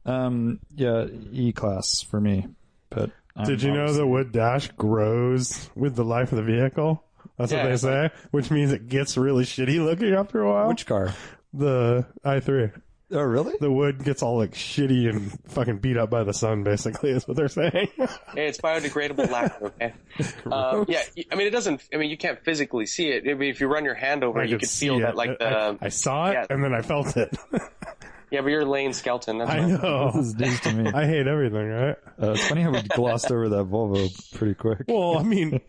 Um. Yeah. E class for me, but I'm
Did you know
obviously-
the wood dash grows with the life of the vehicle? That's
Yeah,
what they
it's
say, which means it gets really shitty looking after a while.
which car?
the i3,
Oh, really?
the wood gets all like shitty and fucking beat up by the sun. Basically, is what they're saying.
<laughs> Hey, it's
<laughs>
biodegradable lacquer. Okay, um, yeah. I mean, it doesn't. I mean, you can't physically see it. I mean, if you run your hand over,
I
it, you
could
can
see
feel
it.
that, like the
I, I saw it
yeah.
and then I felt it. <laughs>
yeah. But you're laying skeleton. That's
I
what-
This
know.
is news to me.
<laughs> I hate everything, right?
Uh, it's funny how we glossed over that Volvo pretty quick.
Well, I
<laughs>
mean,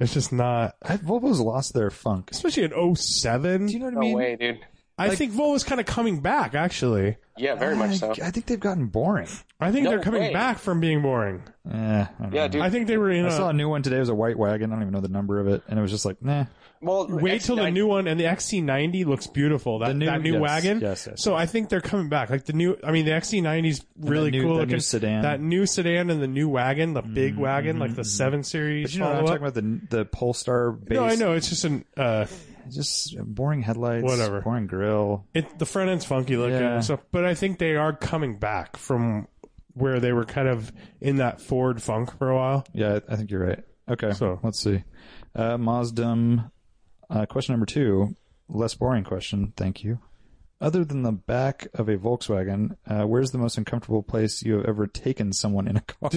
it's just not.
I, Volvo's lost their funk.
Especially in 07.
Do you know what I
No
mean?
way, dude.
I think Volvo's kind of coming back, actually.
Yeah,
oh
very much so.
I, I think they've gotten boring.
I think
No
they're coming
way.
back from being boring.
Eh, I don't
Yeah,
know.
dude.
I think they were in
I saw a
a.
new one today. It was a white wagon. I don't even know the number of it, and it was just like, nah.
Well,
Wait
actually,
till the
I-
new one, and the XC90 looks beautiful. That
The
new,
new-
that new
yes,
wagon.
yes, yes,
so I think they're coming back. Like the new, I mean, the XC90 is really
new-
cool
that new
looking.
sedan. Mm-hmm.
That new sedan and the new wagon, the big wagon, like the seven series.
But you know, what I'm
follow-up.
talking about the the Polestar base.
No, I know it's just an. Uh,
Just boring headlights.
Whatever.
Boring grill.
it the front end's funky looking
Yeah.
and stuff, but I think they are coming back from where they were kind of in that Ford funk for a while.
Yeah, I, I think you're right. Okay,
So-
let's see. Uh, Mazdum. Uh, question number two. Less boring question. Thank you. Other than the back of a Volkswagen, uh, where's the most uncomfortable place you have ever taken someone in a
<laughs>
car?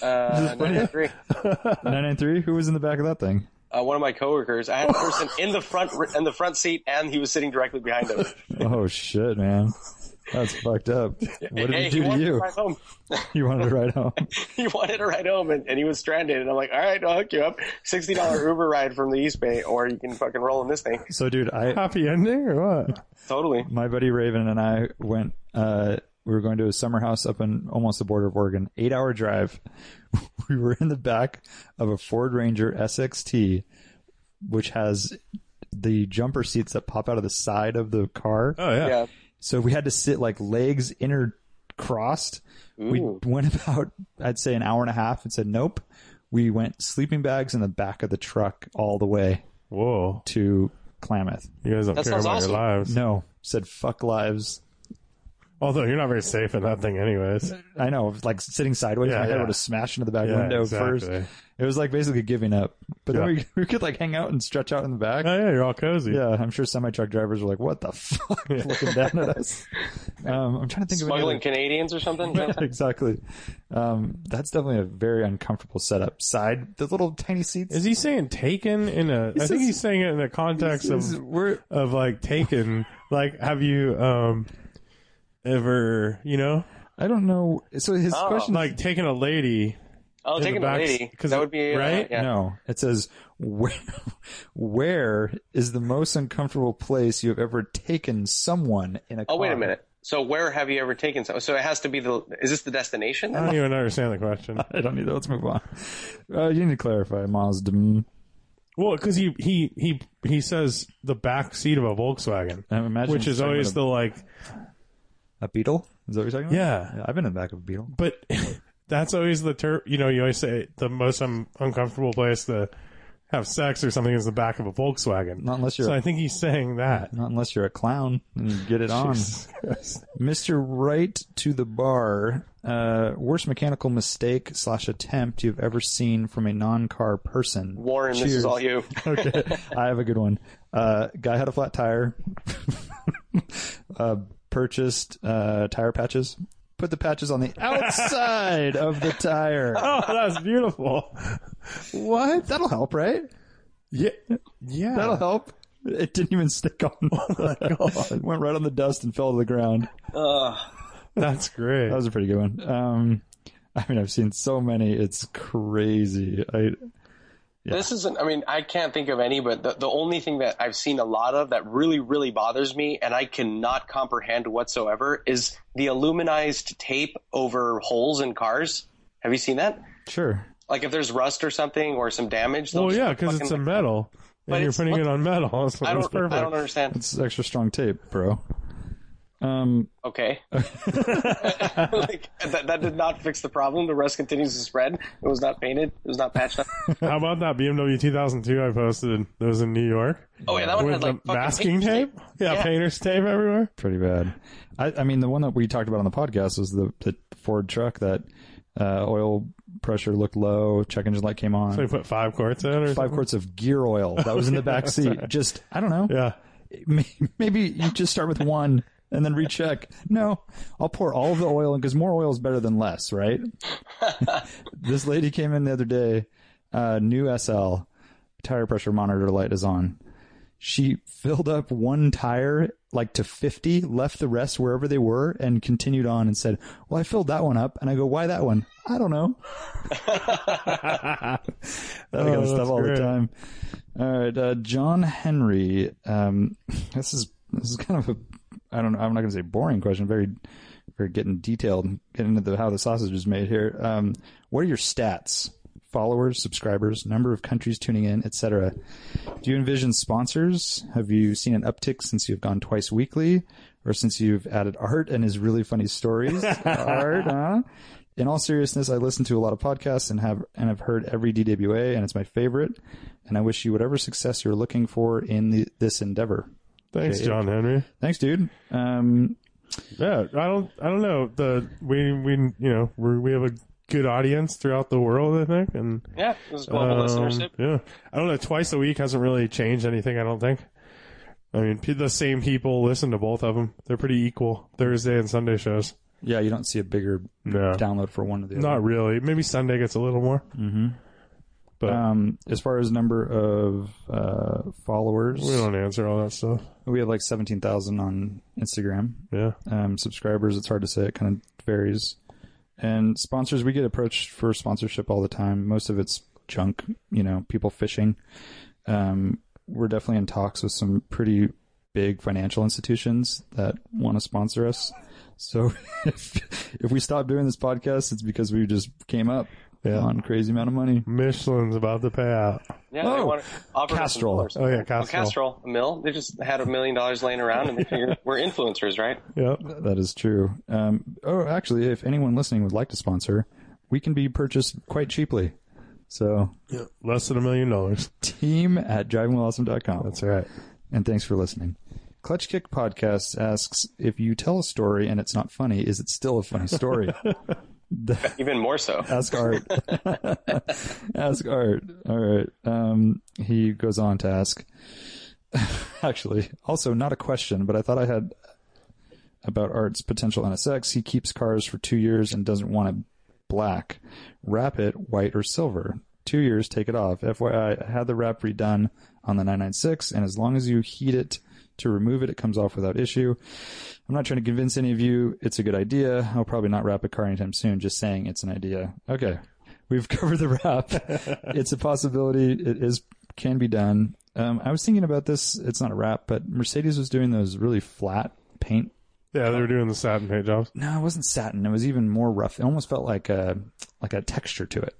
Uh, no, I agree.
993? Who was in the back of that thing?
Uh, one of my coworkers, I had a person in the front in the front seat, and he was sitting directly
<laughs>
behind him.
Oh, shit, man. That's fucked up. What did
hey,
he do to
wanted
you?
to ride home. <laughs>
You wanted to ride
<laughs>
home.
he wanted to ride home, and, and he was stranded. And I'm like, all right, I'll hook you up.
<laughs>
Sixty dollar Uber ride from the East Bay, or you can fucking roll in this thing.
So, dude, I
Happy ending or what?
Totally.
my buddy Raven and I went. Uh, we were going to a summer house up in almost the border of Oregon. Eight hour drive. <laughs> We were in the back of a Ford Ranger SXT, which has the jumper seats that pop out of the side of the car.
Oh yeah.
Yeah.
So we had to sit like legs intercrossed. We
Ooh.
went about, I'd say, an hour and a half and said, nope. We went sleeping bags in the back of the truck all the way
Whoa.
to Klamath.
You guys don't
That
care
sounds
about
awesome.
your lives.
No, said fuck lives.
Although you're not very safe in that thing, anyways.
I know, like sitting sideways,
Yeah,
my head
yeah.
would have smashed into the back
Yeah,
window
exactly.
first. It was like basically giving up. But then
Yeah.
we, <laughs> we could like hang out and stretch out in the back.
Oh yeah, you're all cozy.
yeah, I'm sure semi truck drivers were like, "What the fuck?" looking down at
<laughs>
us. Um, I'm trying to think of any
Smuggling
other-
Canadians or something.
Yeah, <laughs> exactly. Um, that's definitely a very uncomfortable setup. Side, the little tiny seats.
Is he saying taken in a? I think
says-
he's saying it in the context
Is-
of
we're
of like taken. like, have you um ever you know
I don't know. So his
Oh.
question,
like taken a lady?
Oh,
the
taking a
back-
lady
'cause
that would be uh,
right?
yeah.
No, it says where, <laughs> where is the most uncomfortable place you have ever taken someone in a car?
Oh, wait a minute. So where have you ever taken? So, so it has to be the. Is this the destination?
I don't even understand the question.
<laughs> I don't need that. Let's move on. Uh, you need to clarify, Mazda.
Well, because he he he he says the back seat of a Volkswagen,
I uh, imagine
which is
you're talking
always the
about
like,
a, a Beetle. Is that what you're talking about?
Yeah.
I've been in the back of a Beetle.
but <laughs> that's always the term. You know, you always say the most un- uncomfortable place to have sex or something is the back of a Volkswagen.
Not unless you're
so I think he's saying that.
not unless you're a clown and you get it on. Mr. Right to the bar. Uh, worst mechanical mistake slash attempt you've ever seen from a non car person.
Warren, this is all you.
okay. I have a good one. Uh, guy had a flat tire. <laughs> uh, purchased uh, tire patches. Put the patches on the outside of the tire.
Oh, that was beautiful.
What? That'll help, right?
Yeah, yeah.
That'll help. It didn't even stick on. Oh my god! Went right on the dust and fell to the ground.
That's great.
That was a pretty good one. Um, I mean, I've seen so many. It's crazy. I
This isn't. I mean, I can't think of any, but the, the only thing that I've seen a lot of that really, really bothers me, and I cannot comprehend whatsoever, is the aluminized tape over holes in cars. Have you seen that?
sure.
Like if there's rust or something or some damage. they'll
well,
just
yeah, because
fucking-
it's a metal, and you're
it's-
putting it on metal. <laughs> So
I
it's
don't.
perfect.
I don't understand.
It's extra strong tape, bro. Um,
<laughs>
Okay. <laughs> like, that, that did not fix the problem. The rust continues to spread. It was not painted. It was not patched up.
How about that BMW 2002 I posted? That was in New York
Oh yeah, that one
with
had
the
like fucking
masking
paint.
tape. Yeah,
Yeah.
painters tape everywhere.
pretty bad. I, I mean, the one that we talked about on the podcast was the, the Ford truck that uh, oil pressure looked low, check engine light came on.
They put five quarts in, or
Five
something.
quarts of gear oil that was in the back seat. Just I don't know.
Yeah,
May- Maybe you just start with one and then recheck. No, I'll pour all of the oil in because more oil is better than less, right? this lady came in the other day, uh, new SL, tire pressure monitor light is on. She filled up one tire like to 50, left the rest wherever they were, and continued on and said, Well, I filled that one up. And I go, Why that one? I don't
<laughs>
know. <laughs> that kind
Oh,
of stuff
that's
all
great.
the time. All right, uh, John Henry. Um, <laughs> this is this is kind of a I don't know. I'm not going to say boring question. Very, very getting detailed, and getting into the how the sausage is made here. Um, what are your stats? Followers, subscribers, number of countries tuning in, etc. Do you envision sponsors? Have you seen an uptick since you've gone twice weekly, or since you've added art and his really funny
<laughs>
stories? art, huh? In all seriousness, I listen to a lot of podcasts and have and have heard every DWA, and it's my favorite. And I wish you whatever success you're looking for in the, this endeavor.
thanks,
Okay.
John Henry.
Thanks, dude. Um,
Yeah, I don't, I don't know. The we we you know we we have a good audience throughout the world, I think, and
Yeah, it was global
um,
listenership.
Yeah, I don't know. Twice a week hasn't really changed anything. I don't think. I mean, pe- the same people listen to both of them. They're pretty equal Thursday and Sunday shows.
yeah, you don't see a bigger
No,
download for one or the
not
other.
really. Maybe Sunday gets a little more.
Mm-hmm.
But-
um, as far as number of uh, followers,
We don't answer all that stuff.
we have like seventeen thousand on Instagram.
Yeah,
um, subscribers. It's hard to say. It kind of varies. And sponsors, we get approached for sponsorship all the time. Most of it's junk, you know, people fishing. Um, we're definitely in talks with some pretty big financial institutions that want to sponsor us. So <laughs> if, if we stop doing this podcast, it's because we just came up
Yeah.
on a crazy amount of money.
Michelin's about to pay out.
Yeah, they
Oh,
want to offer us some
Castrol.
dollars.
Oh yeah,
Well,
Castrol.
Castrol, a mill. They just had a million dollars laying around, and they figured we're influencers, right?
Yep.
That is true. Um, oh, actually, if anyone listening would like to sponsor, we can be purchased quite cheaply. So
Less than a million dollars.
team at drivingwellawesome.com.
That's right.
And thanks for listening. Clutch Kick Podcast asks if you tell a story and it's not funny, is it still a funny story?
Even more so.
Uh,
Ask Art. <laughs> ask Art. All right. Um, he goes on to ask. <laughs> Actually, also not a question, but I thought I had about Art's potential NSX. He keeps cars for two years and doesn't want it black. Wrap it white or silver. Two years, take it off. FYI, I had the wrap redone on the 996, and as long as you heat it to remove it, it comes off without issue. I'm not trying to convince any of you it's a good idea. I'll probably not wrap a car anytime soon, just saying it's an idea. Okay. We've <laughs> covered the
<laughs>
wrap. it's a possibility. It is can be done. Um, I was thinking about this. It's not a wrap, but Mercedes was doing those really flat paint.
Yeah, they were doing the satin paint jobs.
No, it wasn't satin. It was even more rough. It almost felt like a like a texture to it,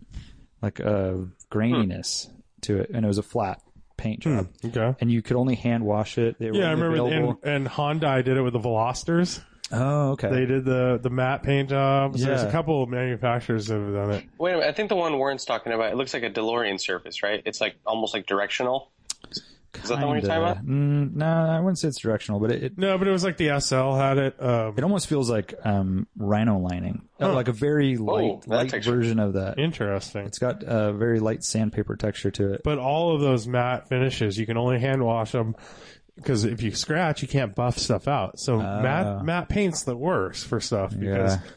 like a graininess to it, and it was a flat paint job.
Okay.
And you could only hand wash it. They were
Hmm. Yeah, I
only
remember. And,
available-
and Hyundai did it with the Velosters.
oh, okay.
They did the the matte paint jobs. There's a
Yeah.
couple of manufacturers that have done it.
Wait a minute. I think the one Warren's talking about. It looks like a DeLorean surface, right? It's like almost like directional. Is that the one you're talking about?
Mm, no, I wouldn't say it's directional, but it, it,
No, but it was like the SL had it. Um,
it almost feels like um, rhino lining, Uh, like a very light,
Oh, that
light
texture.
version of that.
interesting.
It's got a very light sandpaper texture to it.
but all of those matte finishes, you can only hand wash them because if you scratch, you can't buff stuff out. So matte matte paint's the worst for stuff because
Ah. Yeah.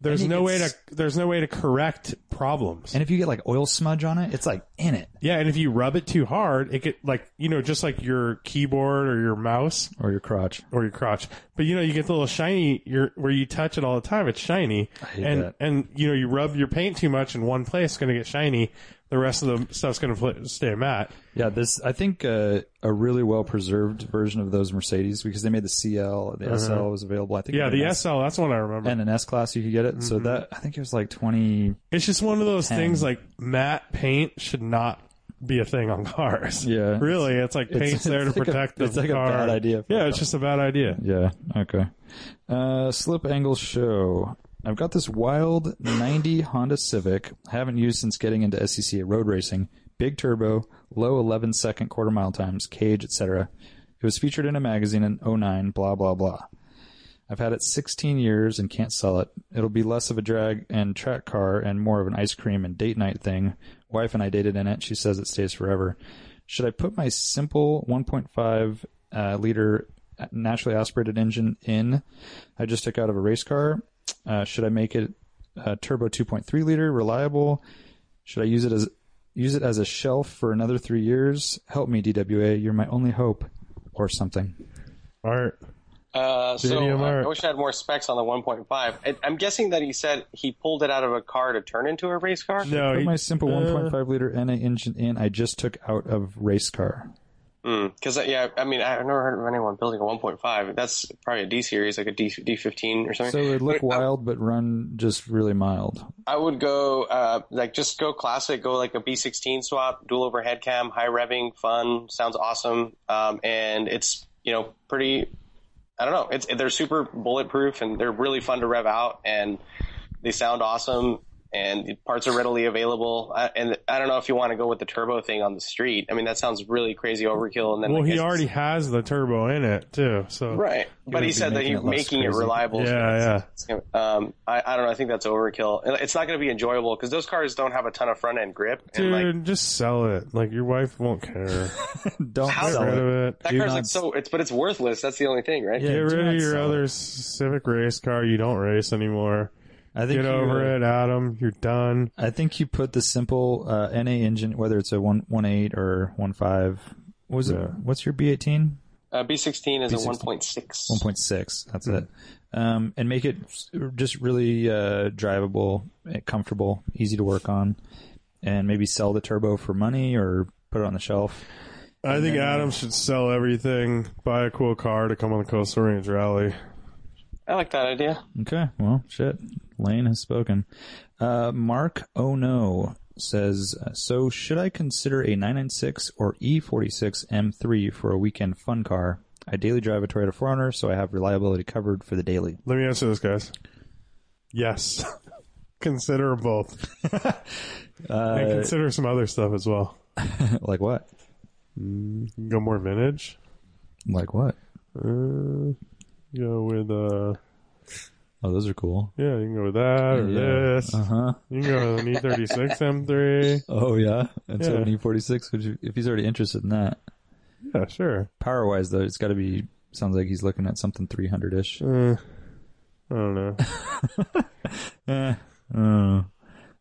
there's
And
no way to
it's-
there's no way to correct problems.
And if you get like oil smudge on it, it's like in it
yeah, and if you rub it too hard, it could like you know just like your keyboard or your mouse
or your crotch.
or your crotch. But you know you get the little shiny your where you touch it all the time. It's shiny,
hate
and
that.
and you know you rub your paint too much in one place, it's gonna get shiny. The rest of the stuff's gonna fl- stay matte.
Yeah, this I think uh, a really well preserved version of those Mercedes because they made the CL,
Uh-huh.
the SL was available. I think
Yeah,
in an
the
S
SL that's one I remember.
and an S class you could get it.
Mm-hmm.
So that I think it was like twenty.
It's just one of those
10.
things like matte paint should not be a thing on
<laughs>
cars.
Yeah.
Really, it's like paint's
it's
there to
like a-
protect the
it's like a
car.
bad idea for
Yeah,
a
it's just a bad idea.
Yeah. Okay. Uh, slip angle show. I've got this wild 90 Honda Civic I haven't used since getting into SCCA road racing. Big turbo, low 11 second quarter mile times, cage, etc. It was featured in a magazine in 09, blah, blah, blah. I've had it 16 years and can't sell it. It'll be less of a drag and track car and more of an ice cream and date night thing. Wife and I dated in it. She says it stays forever. Should I put my simple 1.5 uh, liter naturally aspirated engine in? I just took out of a race car. Uh, should I make it a turbo 2.3 liter, reliable? Should I use it as use it as a shelf for another three years? Help me, DWA. You're my only hope, or something.
Art.
Uh, so
JDM
uh,
art.
I wish I had more specs on the 1.5. I, I'm guessing that he said he pulled it out of a car to turn into a race car.
No,
Put
he-
my simple
uh,
1.5 liter NA engine in. I just took out of race car.
Because Hmm, uh, yeah, I mean, I've never heard of anyone building a 1.5. That's probably a D series, like a D D15 or something.
So it would look
But
uh,
I-
wild, but run just really mild.
I would go uh, like just go classic, go like a B16 swap, dual overhead cam, high revving, fun, sounds awesome, um, and it's you know pretty. I don't know. It's they're super bulletproof and they're really fun to rev out, and they sound awesome, and the parts are readily available. I, and I don't know if you want to go with the turbo thing on the street. I mean, that sounds really crazy overkill. And then
Well,
I
he
guess-
already has the turbo in it too. So
right, but
be
he said that
making
he's
it less
making it
crazy.
reliable.
Yeah, yeah.
Um, I, I don't know. I think that's overkill. It's not going to be enjoyable because those cars don't have a ton of front end grip.
Dude,
and like
just sell it. Like your wife
<laughs>
won't care.
Don't
How-
Get
sell
rid
it.
of it.
that
do
car's
not-
like so. It's but it's worthless. That's the only thing, right?
Yeah.
Get
do
rid
not
of your
sell
other
it.
Civic race car. You don't race anymore.
I think
Get
you,
over
uh,
it, Adam. You're done.
I think you put the simple uh, NA engine, whether it's a one one eight or one five. What was it? What's your B eighteen?
Uh, B16 is a
1.6.
1.6.
One point six. That's it. Um, and make it s- just really uh, drivable, eh, comfortable, easy to work on, and maybe sell the turbo for money or put it on the shelf.
I think
uh,
Adam should sell everything, buy a cool car to come on the Coastal Range Rally.
I like that idea.
Okay, well, shit. Lane has spoken. Uh, Mark Oh No says, uh, so should I consider a 996 or E E46 M3 for a weekend fun car? I daily drive a Toyota 4Runner, so I have reliability covered for the <laughs> daily.
Let me answer this, guys. Yes. <laughs> consider
<laughs>
'em both.
Uh,
and consider some other stuff as well.
like what?
Go more vintage.
Like what?
Uh, go with, uh,
Oh, those are cool.
yeah, you can go with that or this.
Uh huh.
You can go with an
<laughs>
E E36 M3.
Oh yeah. And so
Yeah.
an E46, would you, if he's already interested in that,
Yeah, sure.
power wise though, it's got to be. Sounds like he's looking at something 300 ish.
Uh, I don't know.
Oh.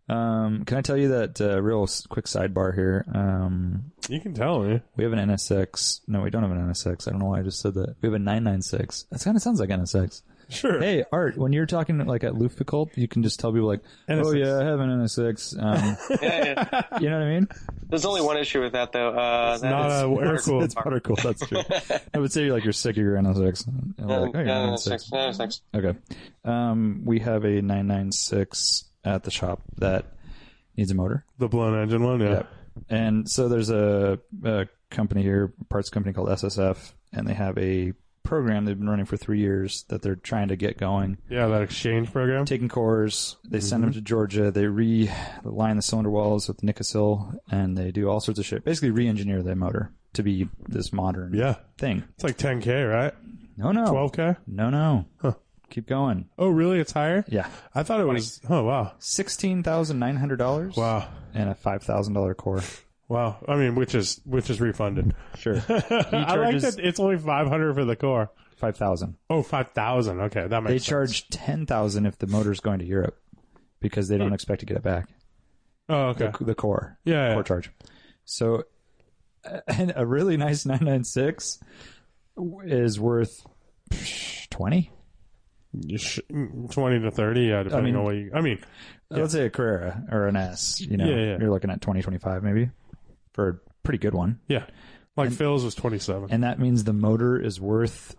Um, can I tell you that uh, real s- quick sidebar here? Um,
You can tell me.
we have an NSX. No, we don't have an NSX. I don't know why I just said that. We have a 996. That kind of sounds like NSX.
Sure.
Hey, Art, when you're talking like at Lufikult, you can just tell people like, oh
NSX.
yeah, I have an NSX. Um,
<laughs> Yeah, yeah.
you know what I mean?
There's only one issue with that though. Uh, that
not
is-
a water cool.
It's water cool. That's
<laughs>
true. I would say you're like you're sick of your NSX. And I'm
Yeah,
like, oh, you're
yeah,
an
no,
NSX.
six, no, six.
Okay. Um, we have a 996 at the shop that needs a motor.
The blown engine one, yeah.
Yep. And so there's a, a company here, parts company called SSF, and they have a program they've been running for three years that they're trying to get going.
Yeah, that exchange program.
Taking cores, they send
Mm-hmm.
them to Georgia. They re line the cylinder walls with Nicosil, and they do all sorts of shit. Basically, re-engineer the motor to be this modern
Yeah.
thing.
It's like 10K, right?
No, no.
12K?
No, no.
Huh.
Keep going.
Oh, really? It's higher?
Yeah.
I thought it was. Oh, wow.
$16,900
Wow.
and a $5,000 core.
Wow. I mean, which is which is refunded. <laughs>
Sure.
I like
charges-
that it's only 500 for the core.
5000
Oh, 5,000. Okay, that makes
They
sense.
charge 10000 if the motor's going to Europe because they don't expect to get it back.
Oh, okay.
The core.
Hmm. Yeah, yeah.
Core charge. So <laughs> uh, and a really nice 996 is worth 20
You sh- 20 to 30, yeah, depending
I mean-
on what you. I mean,
let's say a Carrera or an S, you know,
Yeah, yeah.
you're looking at 20, 25 maybe for a pretty good one.
yeah. Like Phil's was 27.
And <laughs> that means the motor is worth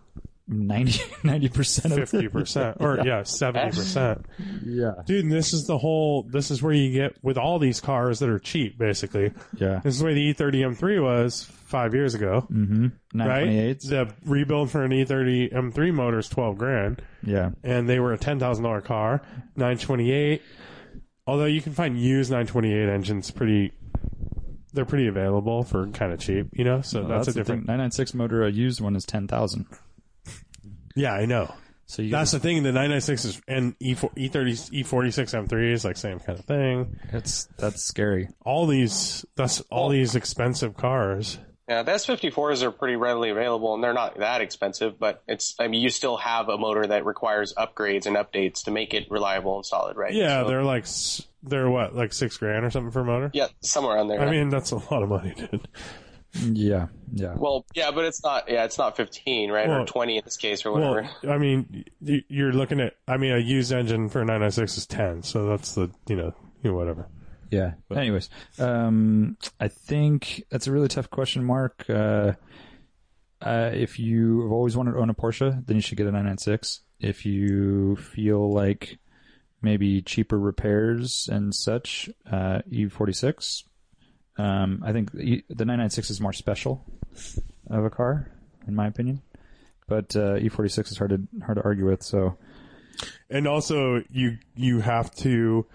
90, <laughs> 90% of it.
50% or yeah 70%
<laughs> Yeah.
dude and this is the whole this is where you get with all these cars that are cheap basically
Yeah.
this is where the E e30 m3 was five years ago
Mm-hmm.
right
928s.
the rebuild for an E e30 m3 motor is 12 grand
Yeah.
and they were a ten thousand dollar car, nine twenty eight. Although you can find used nine twenty eight engines pretty, they're pretty available for kind of cheap, you know. So that's, a
Oh, the
different.
Thing. 996 motor, a used one is 10,000.
Yeah, I know.
So you
That's the thing. The nine ninety six is and e e thirty e forty six M three is like same kind of thing.
that's that's scary.
All these that's all these expensive cars.
Yeah, the S54s are pretty readily available, and they're not that expensive. But it's, I mean, you still have a motor that requires upgrades and updates to make it reliable and solid, right?
Yeah,
So-
they're like s- they're what like six grand or something for a motor.
yeah, somewhere on there.
I mean that's a lot of money, dude.
Yeah. Yeah.
well, yeah, but it's not. Yeah, it's not 15, right,
Well-
or 20 in this case, or whatever.
Well, I mean, y- you're looking at. I mean, a used engine for a 996 is 10, so that's the you know, you know whatever.
yeah. Anyways, um I think that's a really tough question, Mark. Uh uh, if you have always wanted to own a Porsche, then you should get a 996. If you feel like maybe cheaper repairs and such, uh, E46. Um, I think the E- the 996 is more special of a car, in my opinion. But uh, E46 is hard to hard to argue with. So
And also, you you have to.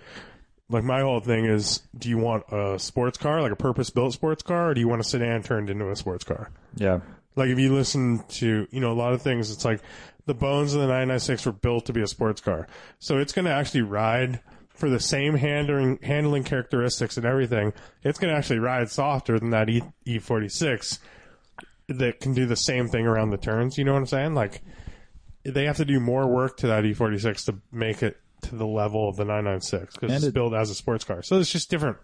Like my whole thing is, do you want a sports car, like a purpose-built sports car, or do you want a sedan turned into a sports car?
yeah,
Like if you listen to, you know, a lot of things, it's like the bones of the 996 were built to be a sports car. So it's going to actually ride for the same handling, handling characteristics and everything. It's going to actually ride softer than that e, E46 that can do the same thing around the turns. You know what I'm saying? Like they have to do more work to that E46 to make it to the level of the 996 because
And
it's
it-
built as a sports car. So it's just different.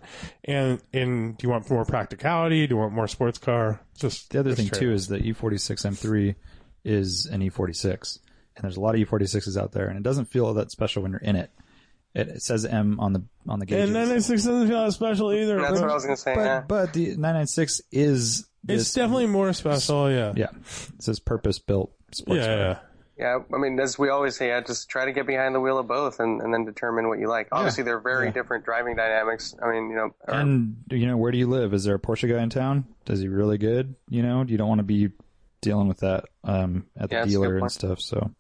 And, and do you want more practicality? Do you want more sports car? Just
the other
just
thing
trade-offs.
too is E the E46 M3 is an E46, and there's a lot of E46s out there, and it doesn't feel that special when you're in it. It, it says M on the on the gauges.
And 996 doesn't feel that special either.
That's what I was gonna say.
but
yeah.
but the 996 is
it's
this,
definitely more special, yeah.
yeah, it says purpose built sports
yeah,
car.
yeah.
Yeah, I mean, as we always say, yeah, just try to get behind the wheel of both, and, and then determine what you like. Obviously, they're very different driving dynamics. I mean, you know, or-
And you know, where do you live? Is there a Porsche guy in town? Does he really good? You know, you don't want to be dealing with that um, at the
Yeah, that's a good
dealer and
point.
stuff. So,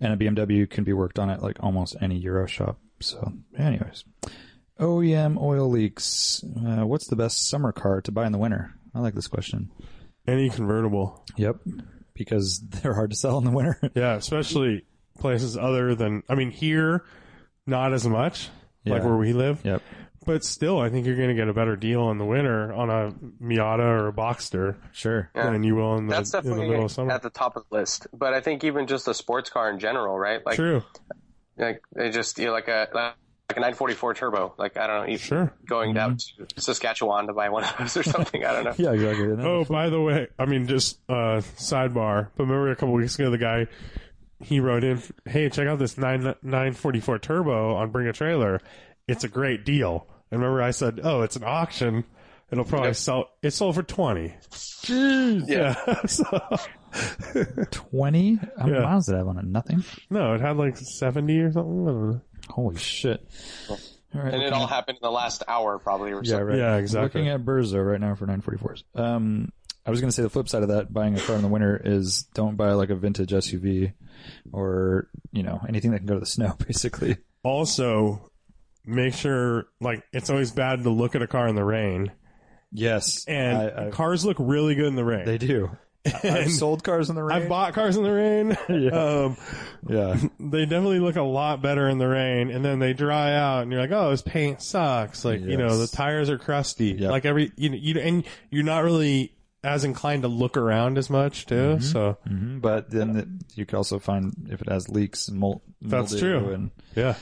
and a BMW can be worked on at like almost any Euro shop. So, anyways, OEM oil leaks. Uh, what's the best summer car to buy in the winter? I like this question.
Any convertible.
Yep, because <laughs> they're hard to sell in the winter.
Yeah, especially places other than, I mean, here, not as much, like
Yeah.
where we live.
<laughs> yep.
But still, I think you're going to get a better deal in the winter on a Miata or a Boxster
Sure.
Yeah.
than you will in the,
that's
in the
definitely
middle of summer.
at the top of the list. But I think even just a sports car in general, right? Like,
True,
like they just you know, like a like a 944 turbo. Like I don't know, you
sure. Mm-hmm.
going down to Saskatchewan to buy one of those or <laughs> something. I don't know.
Yeah, exactly. And then-
Oh, by the way, I mean just uh, sidebar. But remember a couple weeks ago, the guy he wrote in, "Hey, check out this nine nine forty four turbo on Bring a Trailer. It's a great deal." And remember, I said, "Oh, it's an auction. It'll probably sell. It sold for twenty.
Yeah.
<laughs> So-
Twenty? How many
Yeah.
miles did I have on it? Nothing.
no, it had like seventy or something. I don't know.
Holy shit! All right,
And it
looking
all
at-
happened in the last hour, probably. Or
Yeah,
something.
right.
Yeah, exactly.
Looking at Burzo right now for 944s. Um, I was going to say the flip side of that, buying a car in the winter is don't buy like a vintage SUV or, you know, anything that can go to the snow, <laughs> basically.
Also, make sure like it's always bad to look at a car in the rain
Yes,
and
I, I,
cars look really good in the rain.
they do. I've sold cars in the rain.
I've bought cars in the rain.
<laughs> Yeah.
Um,
yeah,
they definitely look a lot better in the rain, and then they dry out, and you're like, oh, this paint sucks. Like you know, the
Yes.
tires are crusty.
Yep.
Like every you know, you and you're not really as inclined to look around as much too. So
Mhm, but then the, you can also find if it has leaks and mold.
That's
mildew
true.
And
yeah,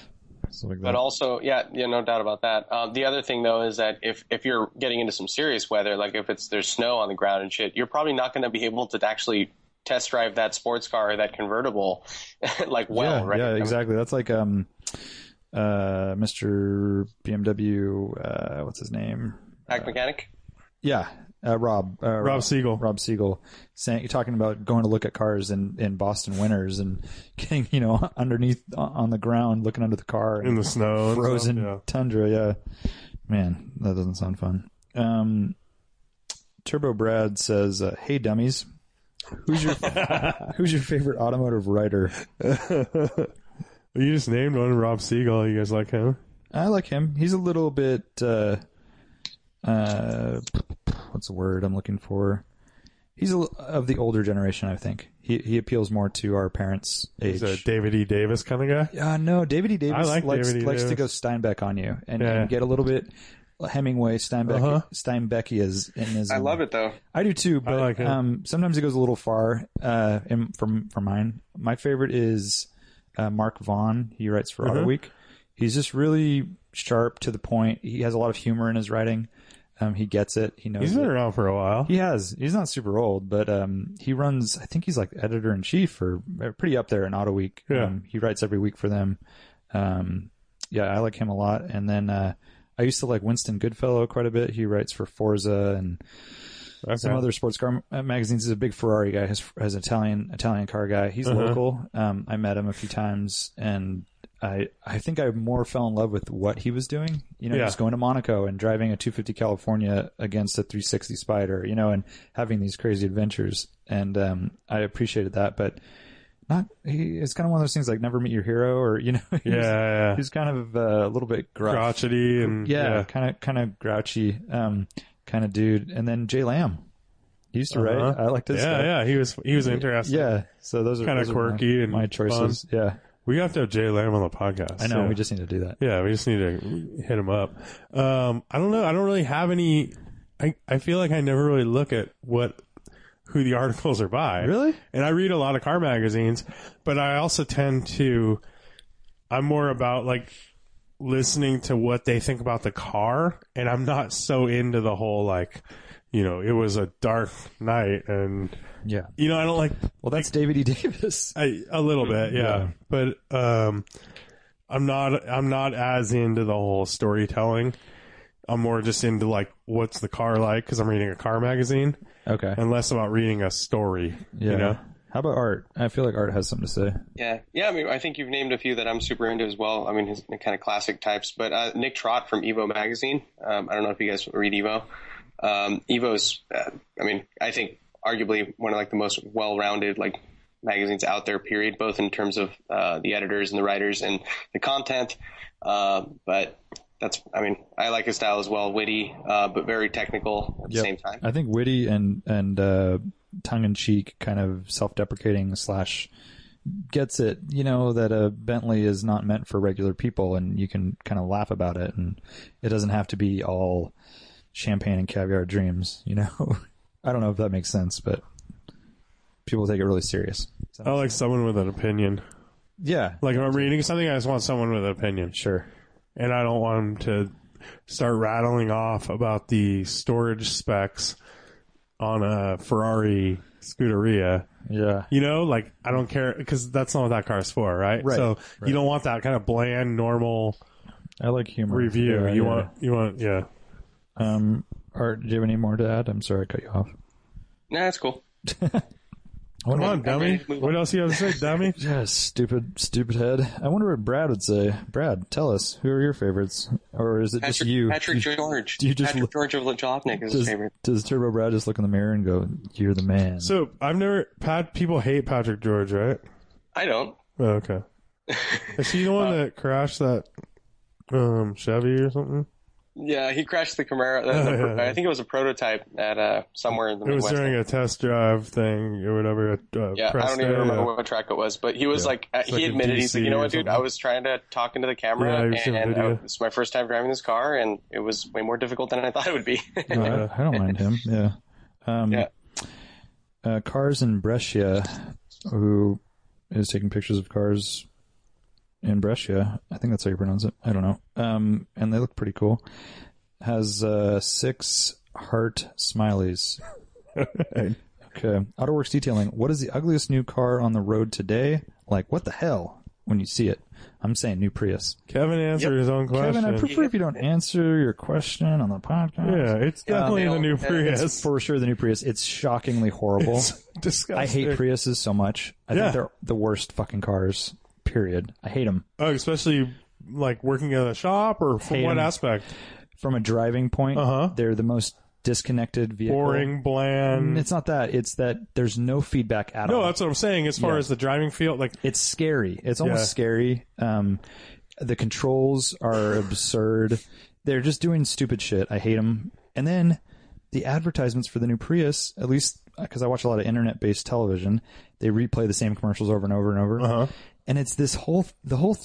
stuff like that.
But also, yeah, yeah, no doubt about that. Um, the other thing though is that if if you're getting into some serious weather, like if it's there's snow on the ground and shit, you're probably not going to be able to actually test drive that sports car or that convertible, <laughs> like well,
yeah,
right? I
yeah,
mean,
exactly. That's like um, uh, Mr. BMW. Uh, what's his name?
Pack mechanic.
Yeah, uh, Rob. Uh,
Rob Siegel.
Rob Siegel saying you're talking about going to look at cars in, in Boston winters and <laughs> getting you know underneath on the ground looking under the car
in the snow, and
frozen
stuff,
tundra. Yeah, man, that doesn't sound fun. Um, Turbo Brad says, uh, "Hey dummies, who's your who's your favorite automotive writer?"
yeah. You just named one, Rob Siegel. You guys like him?
I like him. He's a little bit uh, uh, what's the word I'm looking for? He's a, of the older generation, I think. He he appeals more to our parents' age.
He's a David E. Davis kind of guy.
Uh, no, David E. Davis
I like
likes,
David E.
likes to go
Davis.
Steinbeck on you and,
Yeah.
and get a little bit Hemingway Steinbeck
Uh-huh.
Steinbecky is in his.
I love it though.
I do too, but
like it.
um, sometimes it goes a little far. Uh, in, from for mine, my favorite is uh, Mark Vaughn. He writes for
Mm-hmm.
Auto Week. He's just really sharp to the point. He has a lot of humor in his writing. Um, he gets it. He knows.
He's been
it.
around for a while.
He has. He's not super old, but um, he runs. I think he's like editor in chief or or pretty up there in Auto Week.
Yeah.
Um, he writes every week for them. Um, yeah, I like him a lot. And then uh, I used to like Winston Goodfellow quite a bit. He writes for Forza and
Okay.
some other sports car uh, magazines. He's a big Ferrari guy. His, his Italian Italian car guy. He's
Uh-huh.
local. Um, I met him a few times, and I I think I more fell in love with what he was doing. You know, he
Yeah.
was going to Monaco and driving a 250 California against a 360 Spider. You know, and having these crazy adventures, and um, I appreciated that. But not he. It's kind of one of those things like never meet your hero, or you know, <laughs> he
yeah,
was-
yeah.
He's kind of uh, a little bit gruff
crotchety and
yeah, kind of kind of grouchy um, kind of dude. And then Jay Lamb, he used to
Uh-huh.
write. I liked
yeah,
his
yeah,
stuff.
yeah. He was he was interesting.
yeah. So those are
Kinda
those are my-
quirky and
my, choices. Yeah,
we have to have Jay Lamb on the podcast.
I know.
Yeah.
We just need to do that.
yeah, we just need to hit him up. Um, I don't know. I don't really have any. I I feel like I never really look at what who the <laughs> articles are by.
Really?
And I read a lot of car magazines, but I also tend to. I'm more about like listening to what they think about the car, and I'm not so into the whole like, you know, it was a dark night, and
Yeah.
you know, I don't like
Well, that's David E.
<laughs>
Davis.
I, a little bit, yeah. But um, I'm not. I'm not as into the whole storytelling. I'm more just into like what's the car like because I'm reading a car magazine
Okay.
and less about reading a story.
Yeah.
You know,
How about art? I feel like art has something to say.
Yeah, yeah. I mean, I think you've named a few that I'm super into as well. I mean, his kind of classic types. But uh, Nick Trott from Evo magazine. Um, I don't know if you guys read Evo. Um, Evo's. Uh, I mean, I think arguably one of like the most well-rounded like magazines out there. Period. Both in terms of uh, the editors and the writers and the content. Uh, but that's. I mean, I like his style as well. Witty, uh, but very technical at the
Yep.
same time.
I think witty and and uh, tongue in cheek, kind of self deprecating slash gets it. You know that a Bentley is not meant for regular people, and you can kind of laugh about it, and it doesn't have to be all champagne and caviar dreams. You know, <laughs> I don't know if that makes sense, but people take it really serious. So-
I like someone with an opinion.
yeah,
Like if I'm reading something, I just want someone with an opinion,
sure.
and I don't want them to start rattling off about the storage specs on a Ferrari Scuderia.
Yeah,
You know, like I don't care because that's not what that car's for, right?
Right,
So you don't want that kind of bland, normal
I like humor
review.
Yeah,
you
yeah.
want, you want, yeah.
um. Art, do you have any more to add? I'm sorry, I cut you off.
Nah, that's cool.
Come on, dummy.
ready to move
What else you have to say,
<laughs>
dummy?
Yeah, stupid, stupid head. I wonder what Brad would say. Brad, tell us who are your favorites, or is it just
Patrick,
you? <laughs>
Patrick George.
do you just
Patrick
look-
George of Lajovnik is his
does,
favorite.
does Turbo Brad just look in the mirror and go, "You're the man"?
So I've never. Pat, people hate Patrick George, right?
I don't.
Oh, okay.
Uh,
Is he the one that crashed that um Chevy or something?
Yeah, he crashed the Camaro. the- the
<laughs>
pro- I think it was a prototype at uh, somewhere in the
It was
Midwest.
during a test drive thing or whatever. at, Uh,
yeah, I
press
don't even
day,
remember
uh,
what track it was, but he was
Yeah.
like, uh,
It's
he
like a
admitted, he's like,
DC
you know
or
what, dude,
something.
I was trying to talk into the camera,
Yeah, I've seen the
and
video.
uh, it's my first time driving this car, and it was way more difficult than I thought it would be. <laughs>
No, <laughs> I, I don't mind him. Yeah. Um,
Yeah.
Uh, cars in Brescia, who is taking pictures of cars in Brescia. I think that's how you pronounce it. I don't know. Um, and they look pretty cool. Has uh, six heart smileys. okay. AutoWorks detailing. What is the ugliest new car on the road today? Like, what the hell? When you see it, I'm saying new Prius.
Kevin answered his own question.
Kevin, I prefer if you don't answer your question on the podcast.
yeah, it's
Yeah,
definitely
they
the
all-
new
it's
Prius.
It's for sure the new Prius. It's shockingly horrible.
<laughs> It's disgusting.
I hate Priuses so much. I
Yeah.
think they're the worst fucking cars. Period. I hate them.
Oh, especially like working at a shop or from
Hate
what
'em.
aspect?
From a driving point,
Uh-huh.
they're the most disconnected vehicle.
Boring, bland.
It's not that. It's that there's no feedback at
no,
all.
that's what I'm saying. As far as the driving field, like
It's scary. It's almost
Yeah.
scary. Um, the controls are absurd. They're just doing stupid shit. I hate them. And then the advertisements for the new Prius, at least because I watch a lot of internet-based television, they replay the same commercials over and over and over.
Uh-huh.
And it's this whole the whole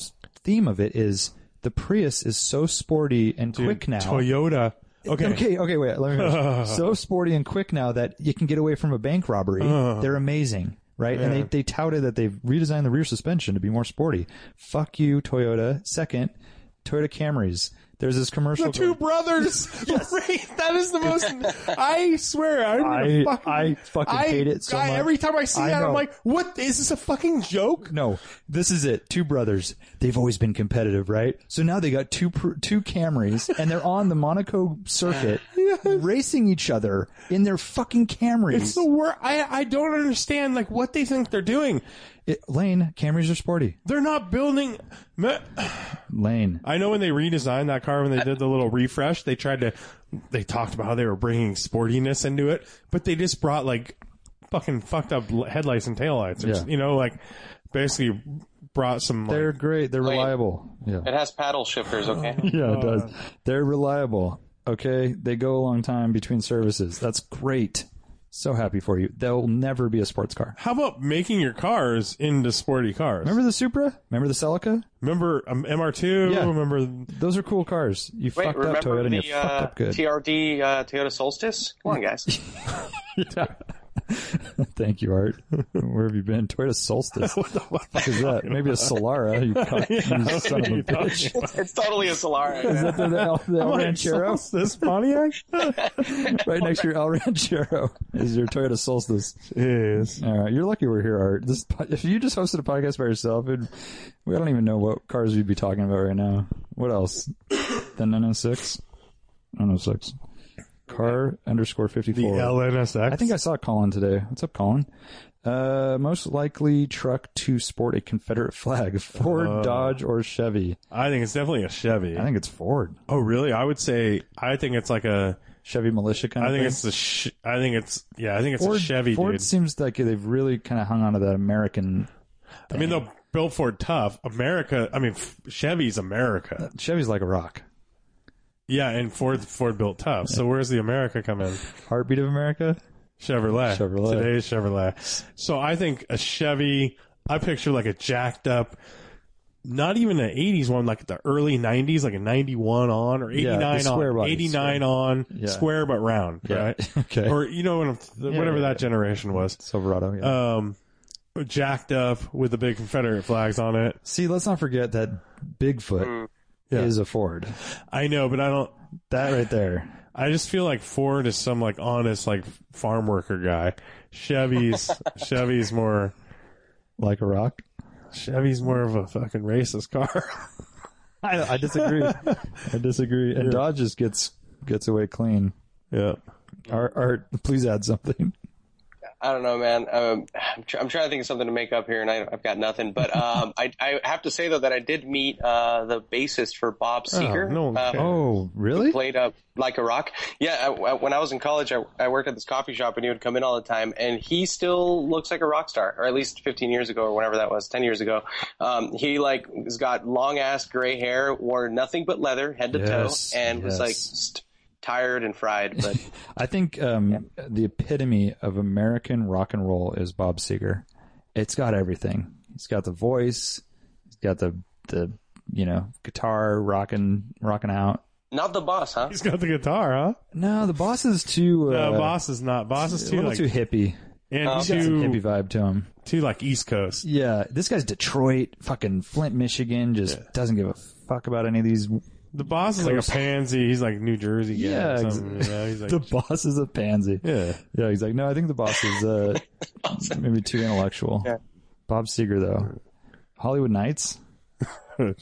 theme of it is the Prius is so sporty and quick now.
Toyota.
Oh.
Okay.
<laughs> Okay, okay, wait. Let me
<laughs>
finish. so sporty and quick now that you can get away from a bank robbery.
Uh-huh.
They're amazing, right? And they, they touted that they've redesigned the rear suspension to be more sporty. Fuck you, Toyota. Second, Toyota Camrys. There's this commercial.
The two brothers.
<laughs>
<laughs> Right? That is the most. I swear, I'm gonna
I-
fucking.
I fucking hate it so
I-
much.
Every time I see
I
that, I'm
know.
like, "What is this a fucking joke?"
no, this is it. Two brothers. They've always been competitive, right? So now they got two pr- two Camrys, and they're on the Monaco circuit,
<laughs>
racing each other in their fucking Camrys.
It's the worst. I I don't understand like what they think they're doing.
It- Lane, Camrys are sporty.
They're not building. me-
Lane,
I know when they redesigned that car, when they did the little refresh, they tried to, they talked about how they were bringing sportiness into it, but they just brought like fucking fucked up l- headlights and taillights. Or,
Yeah.
s- You know, like basically brought some like,
they're great. They're
Lane.
reliable. Yeah.
it has paddle shifters,
<laughs>
<laughs> okay?
Yeah, it does. They're reliable. Okay, they go a long time between services. That's great. So happy for you. They'll never be a sports car.
how about making your cars into sporty cars?
Remember the Supra? Remember the Celica?
Remember, um, MR2?
Yeah. <laughs>
Remember,
Those are cool cars. You
Wait,
fucked up
remember
Toyota and you
the
fucked
uh,
up good.
TRD uh, Toyota Solstice? Come on, guys.
<laughs>
<laughs>
Thank you, Art. Where have you been? Toyota
<laughs>
Solstice. what the fuck
<laughs>
is that? Maybe a Solara. You, <laughs> cunt. you son
<laughs>
of a bitch.
it's totally
<laughs>
a Solara.
Is
man.
that the, the El, the El
What,
<laughs>
Ranchero?
Solstice, this
<laughs>
Pontiac?
Right next to your El <laughs> Ranchero is your Toyota Solstice.
Yes.
All right, you're lucky we're here, Art. This po- if you just hosted a podcast by yourself, it, we don't even know what cars we'd be talking about right now. What else? the 906, 906, car underscore fifty
The
four.
LNSX.
I think I saw Colin today. What's up, Colin? Uh, most likely truck to sport a Confederate flag, Ford, Dodge, or Chevy.
I think it's definitely a Chevy.
I think it's Ford,
Oh, really? I would say, I think it's like a,
Chevy militia kind
I
of
think
thing.
it's the. Sh- I think it's. Yeah, I think it's a Chevy,
Ford
dude.
seems like they've really kind of hung on to that American.
I mean, they'll build Ford tough. America. I mean, f- Chevy's America.
Chevy's like a rock.
Yeah, and Ford Ford built tough. So where's the America come in?
Heartbeat of America.
Chevrolet.
Chevrolet.
Today's Chevrolet. So I think a Chevy. I picture like a jacked up. Not even an '80s one, like the early '90s, like a '91 on or
Yeah, the
'89
square
on,
body,
'89 on,
Yeah.
square but round,
Yeah. <laughs>
right?
Okay.
Or you know, when I'm-
<laughs>
whatever
yeah,
that generation was,
Silverado. Yeah.
um, jacked up with the big Confederate flags on it.
See, let's not forget that Bigfoot is a Ford.
I know, but I don't.
That right there.
I just feel like Ford is some like honest like farm worker guy. Chevy's
<laughs>
Chevy's more
Like a rock.
Chevy's more of a fucking racist car. <laughs>
I, I disagree. <laughs> I disagree. And Dodge just gets gets away clean.
yeah.
Art, Art, please add something.
I don't know, man. Um, I'm, tr- I'm trying to think of something to make up here, and I, I've got nothing. But um, I, I have to say though that I did meet uh, the bassist for Bob Seger.
no one
uh,
cares.
Oh, really?
Played up like a rock. Yeah, I, I- when I was in college, I, I worked at this coffee shop, and he would come in all the time. And he still looks like a rock star, or at least 15 years ago, or whenever that was, 10 years ago. Um, he like has got long ass gray hair, wore nothing but leather, head to
Yes,
toe, and was like
yes.
st- tired and fried.
<laughs>
But
I think um, the epitome of American rock and roll is Bob Seger. It's got everything. He's got the voice. He's got the the you know guitar rocking rocking out.
not the boss, huh?
He's got the guitar, huh?
No, the boss is too uh,
No, boss is not. Boss is
a
too
little
like
too hippie.
and
Um,
Got some
too,
hippie vibe to him.
too like East Coast.
Yeah, this guy's Detroit, fucking Flint, Michigan. Just doesn't give a fuck about any of these. <laughs>
The boss is like a
Coast.
pansy. He's like New Jersey guy.
Yeah,
or
ex-
something, you know? He's like,
The boss is a pansy. <laughs>
yeah.
Yeah, he's like, no, I think the boss is uh, maybe too intellectual.
Yeah.
Bob Seger, though. Hollywood Nights?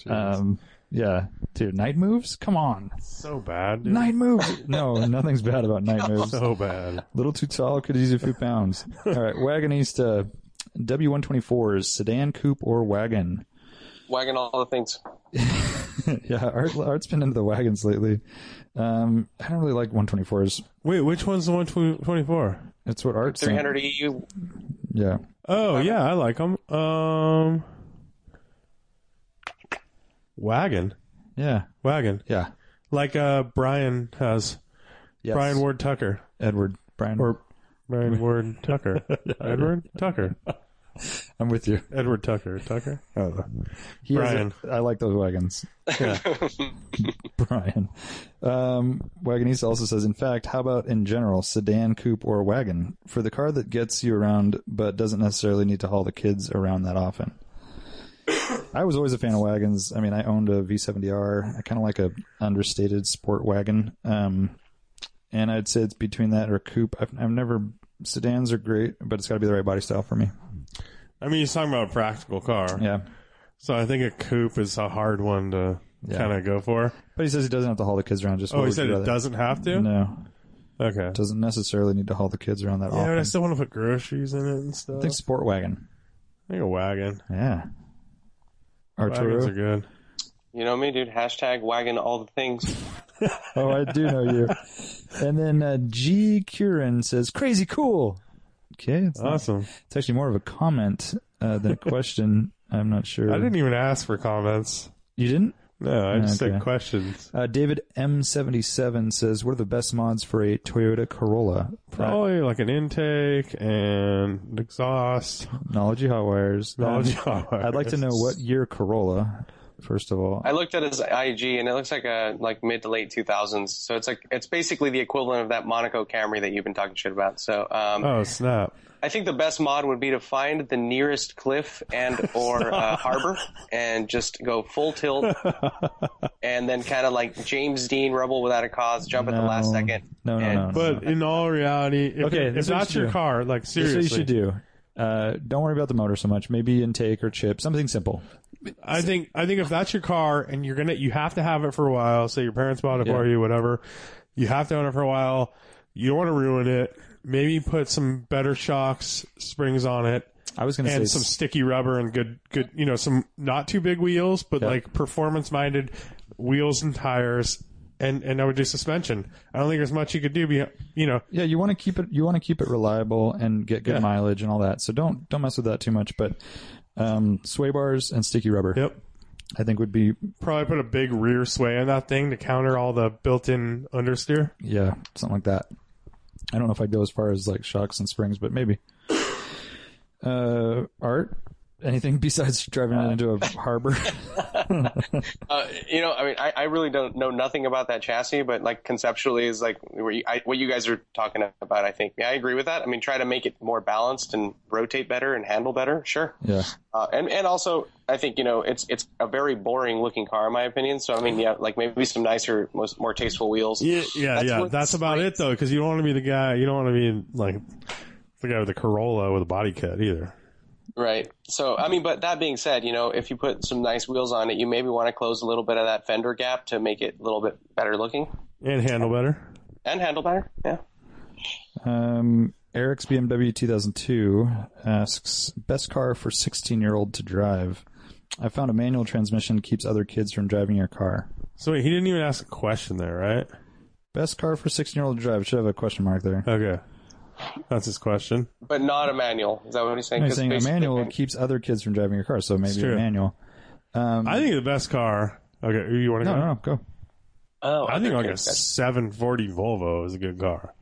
Um, yeah. Dude, Night Moves? Come on.
so bad. Dude.
Night Moves! No, <laughs> nothing's bad about Night Moves.
So bad.
little too tall, could use a few pounds. All right, Wagonista. W124s, sedan, coupe, or wagon? <laughs>
Wagging all the things.
yeah, Art, Art's been into the wagons lately. Um, I don't really like 124s.
Wait, which one's the one twenty four?
That's what Art's saying.
300 EU
Yeah.
Oh yeah, I like him. Um, wagon,
Yeah.
wagon,
Yeah.
like uh Brian has
Yes.
Brian Ward Tucker
Edward. Brian.
or <laughs> Brian Ward Tucker Edward Tucker
I'm with you.
Edward Tucker Tucker.
Oh, he is
Brian.
a- I like those wagons. Brian. Um, Wagonese also says, in fact, how about in general, sedan, coupe, or wagon for the car that gets you around but doesn't necessarily need to haul the kids around that often? I was always a fan of wagons. I mean, I owned a V70R. I kind of like a understated sport wagon. Um, and I'd say it's between that or coupe. I've, I've never sedans are great, but it's got to be the right body style for me.
I mean, he's talking about a practical car,
Yeah.
so I think a coupe is a hard one to
Yeah.
kind of go for.
But he says he doesn't have to haul the kids around. Just
Oh,
what
he
would
said
you
it
rather?
doesn't have to.
No,
Okay.
doesn't necessarily need to haul the kids around that
Yeah,
often.
but I
I
still want to put groceries in it and stuff. I
think sport wagon.
think a wagon.
Yeah.
Wagons are
Arturo.
good.
You know me, dude. Hashtag wagging all the things.
Oh, I do know you. And then uh, G. Curran says, "Crazy cool." Okay, it's, not-
Awesome.
it's actually more of a comment uh,
<laughs>
than a question. I'm not sure.
I didn't e- even ask for comments.
You didn't.
No, I just
Okay.
said questions.
Uh, David M77 says, "What are the best mods for a Toyota Corolla?"
Probably like an intake
<laughs>
and exhaust.
Technology hot wires.
Technology
Um,
hot wires.
I'd like to know what year Corolla. First of all,
I looked at his IG, and it looks like a like mid to late 2000s. So it's like it's basically the equivalent of that Monaco Camry that you've been talking shit about. So
<laughs>
um,
Oh snap!
I think the best mod would be to find the nearest cliff and or uh, harbor, and just go full tilt, and then kind of like James Dean Rebel without a cause, jump at the last
No.
second.
No, no,
and
no, no.
But in all reality, if,
Okay,
if
this is what
that's
you
your
do.
car, like
Here's
seriously,
what you should do. Uh, don't worry about the motor so much. Maybe intake or chip, something simple.
I think I think if that's your car and you're gonna you have to have it for a while, say your parents bought it for you, whatever, you have to own it for a while. You don't want to ruin it. Maybe put some better shocks, springs on it,
I was going to say
and some
s-
sticky rubber and good good you know some not too big wheels, but like performance minded wheels and tires. And, and I would do suspension. I don't think there's much you could do. Be, you know,
yeah, you want to keep it. You want to keep it reliable and get good mileage and all that. So don't don't mess with that too much. But um, sway bars and sticky rubber,
yep.
I think would be
Probably put a big rear sway on that thing to counter all the built-in understeer.
yeah something like that. I don't know if I'd go as far as like shocks and springs, but maybe. Uh, art. Anything <laughs> besides driving it into a
<laughs>
harbor?
Uh, you know, I mean, I, I really don't know nothing about that chassis, but like conceptually is like what you, I, what you guys are talking about. I think, yeah, I agree with that. I mean, try to make it more balanced and rotate better and handle better. Sure,
yeah,
uh, and and also, I think you know, it's it's a very boring looking car in my opinion. So I mean, yeah, like maybe some nicer, most more tasteful wheels.
Yeah, yeah,
That's
yeah.
what
That's about it though, because you don't want to be the guy. You don't want to be like the guy with the Corolla with a body kit either.
Right. So, I mean, but that being said, you know, if you put some nice wheels on it, you maybe want to close a little bit of that fender gap to make it a little bit better looking
And handle better.
and handle better. Yeah.
Um, Eric's BMW 2002 asks best car for 16 year old to drive. I found a manual transmission keeps other kids from driving your car.
So wait, he didn't even ask a question there, right?
Best car for 16 year old to drive. Should have a question mark there.
Okay. That's his question.
but not a manual. Is that what he's saying?
No, he's
'Cause
saying a
basically-
manual keeps other kids from driving your car, so maybe a
true.
manual.
I think the best car. Okay, you want to
No,
go?
no, no, go.
Oh,
I think like a
okay.
740 Volvo is a good car.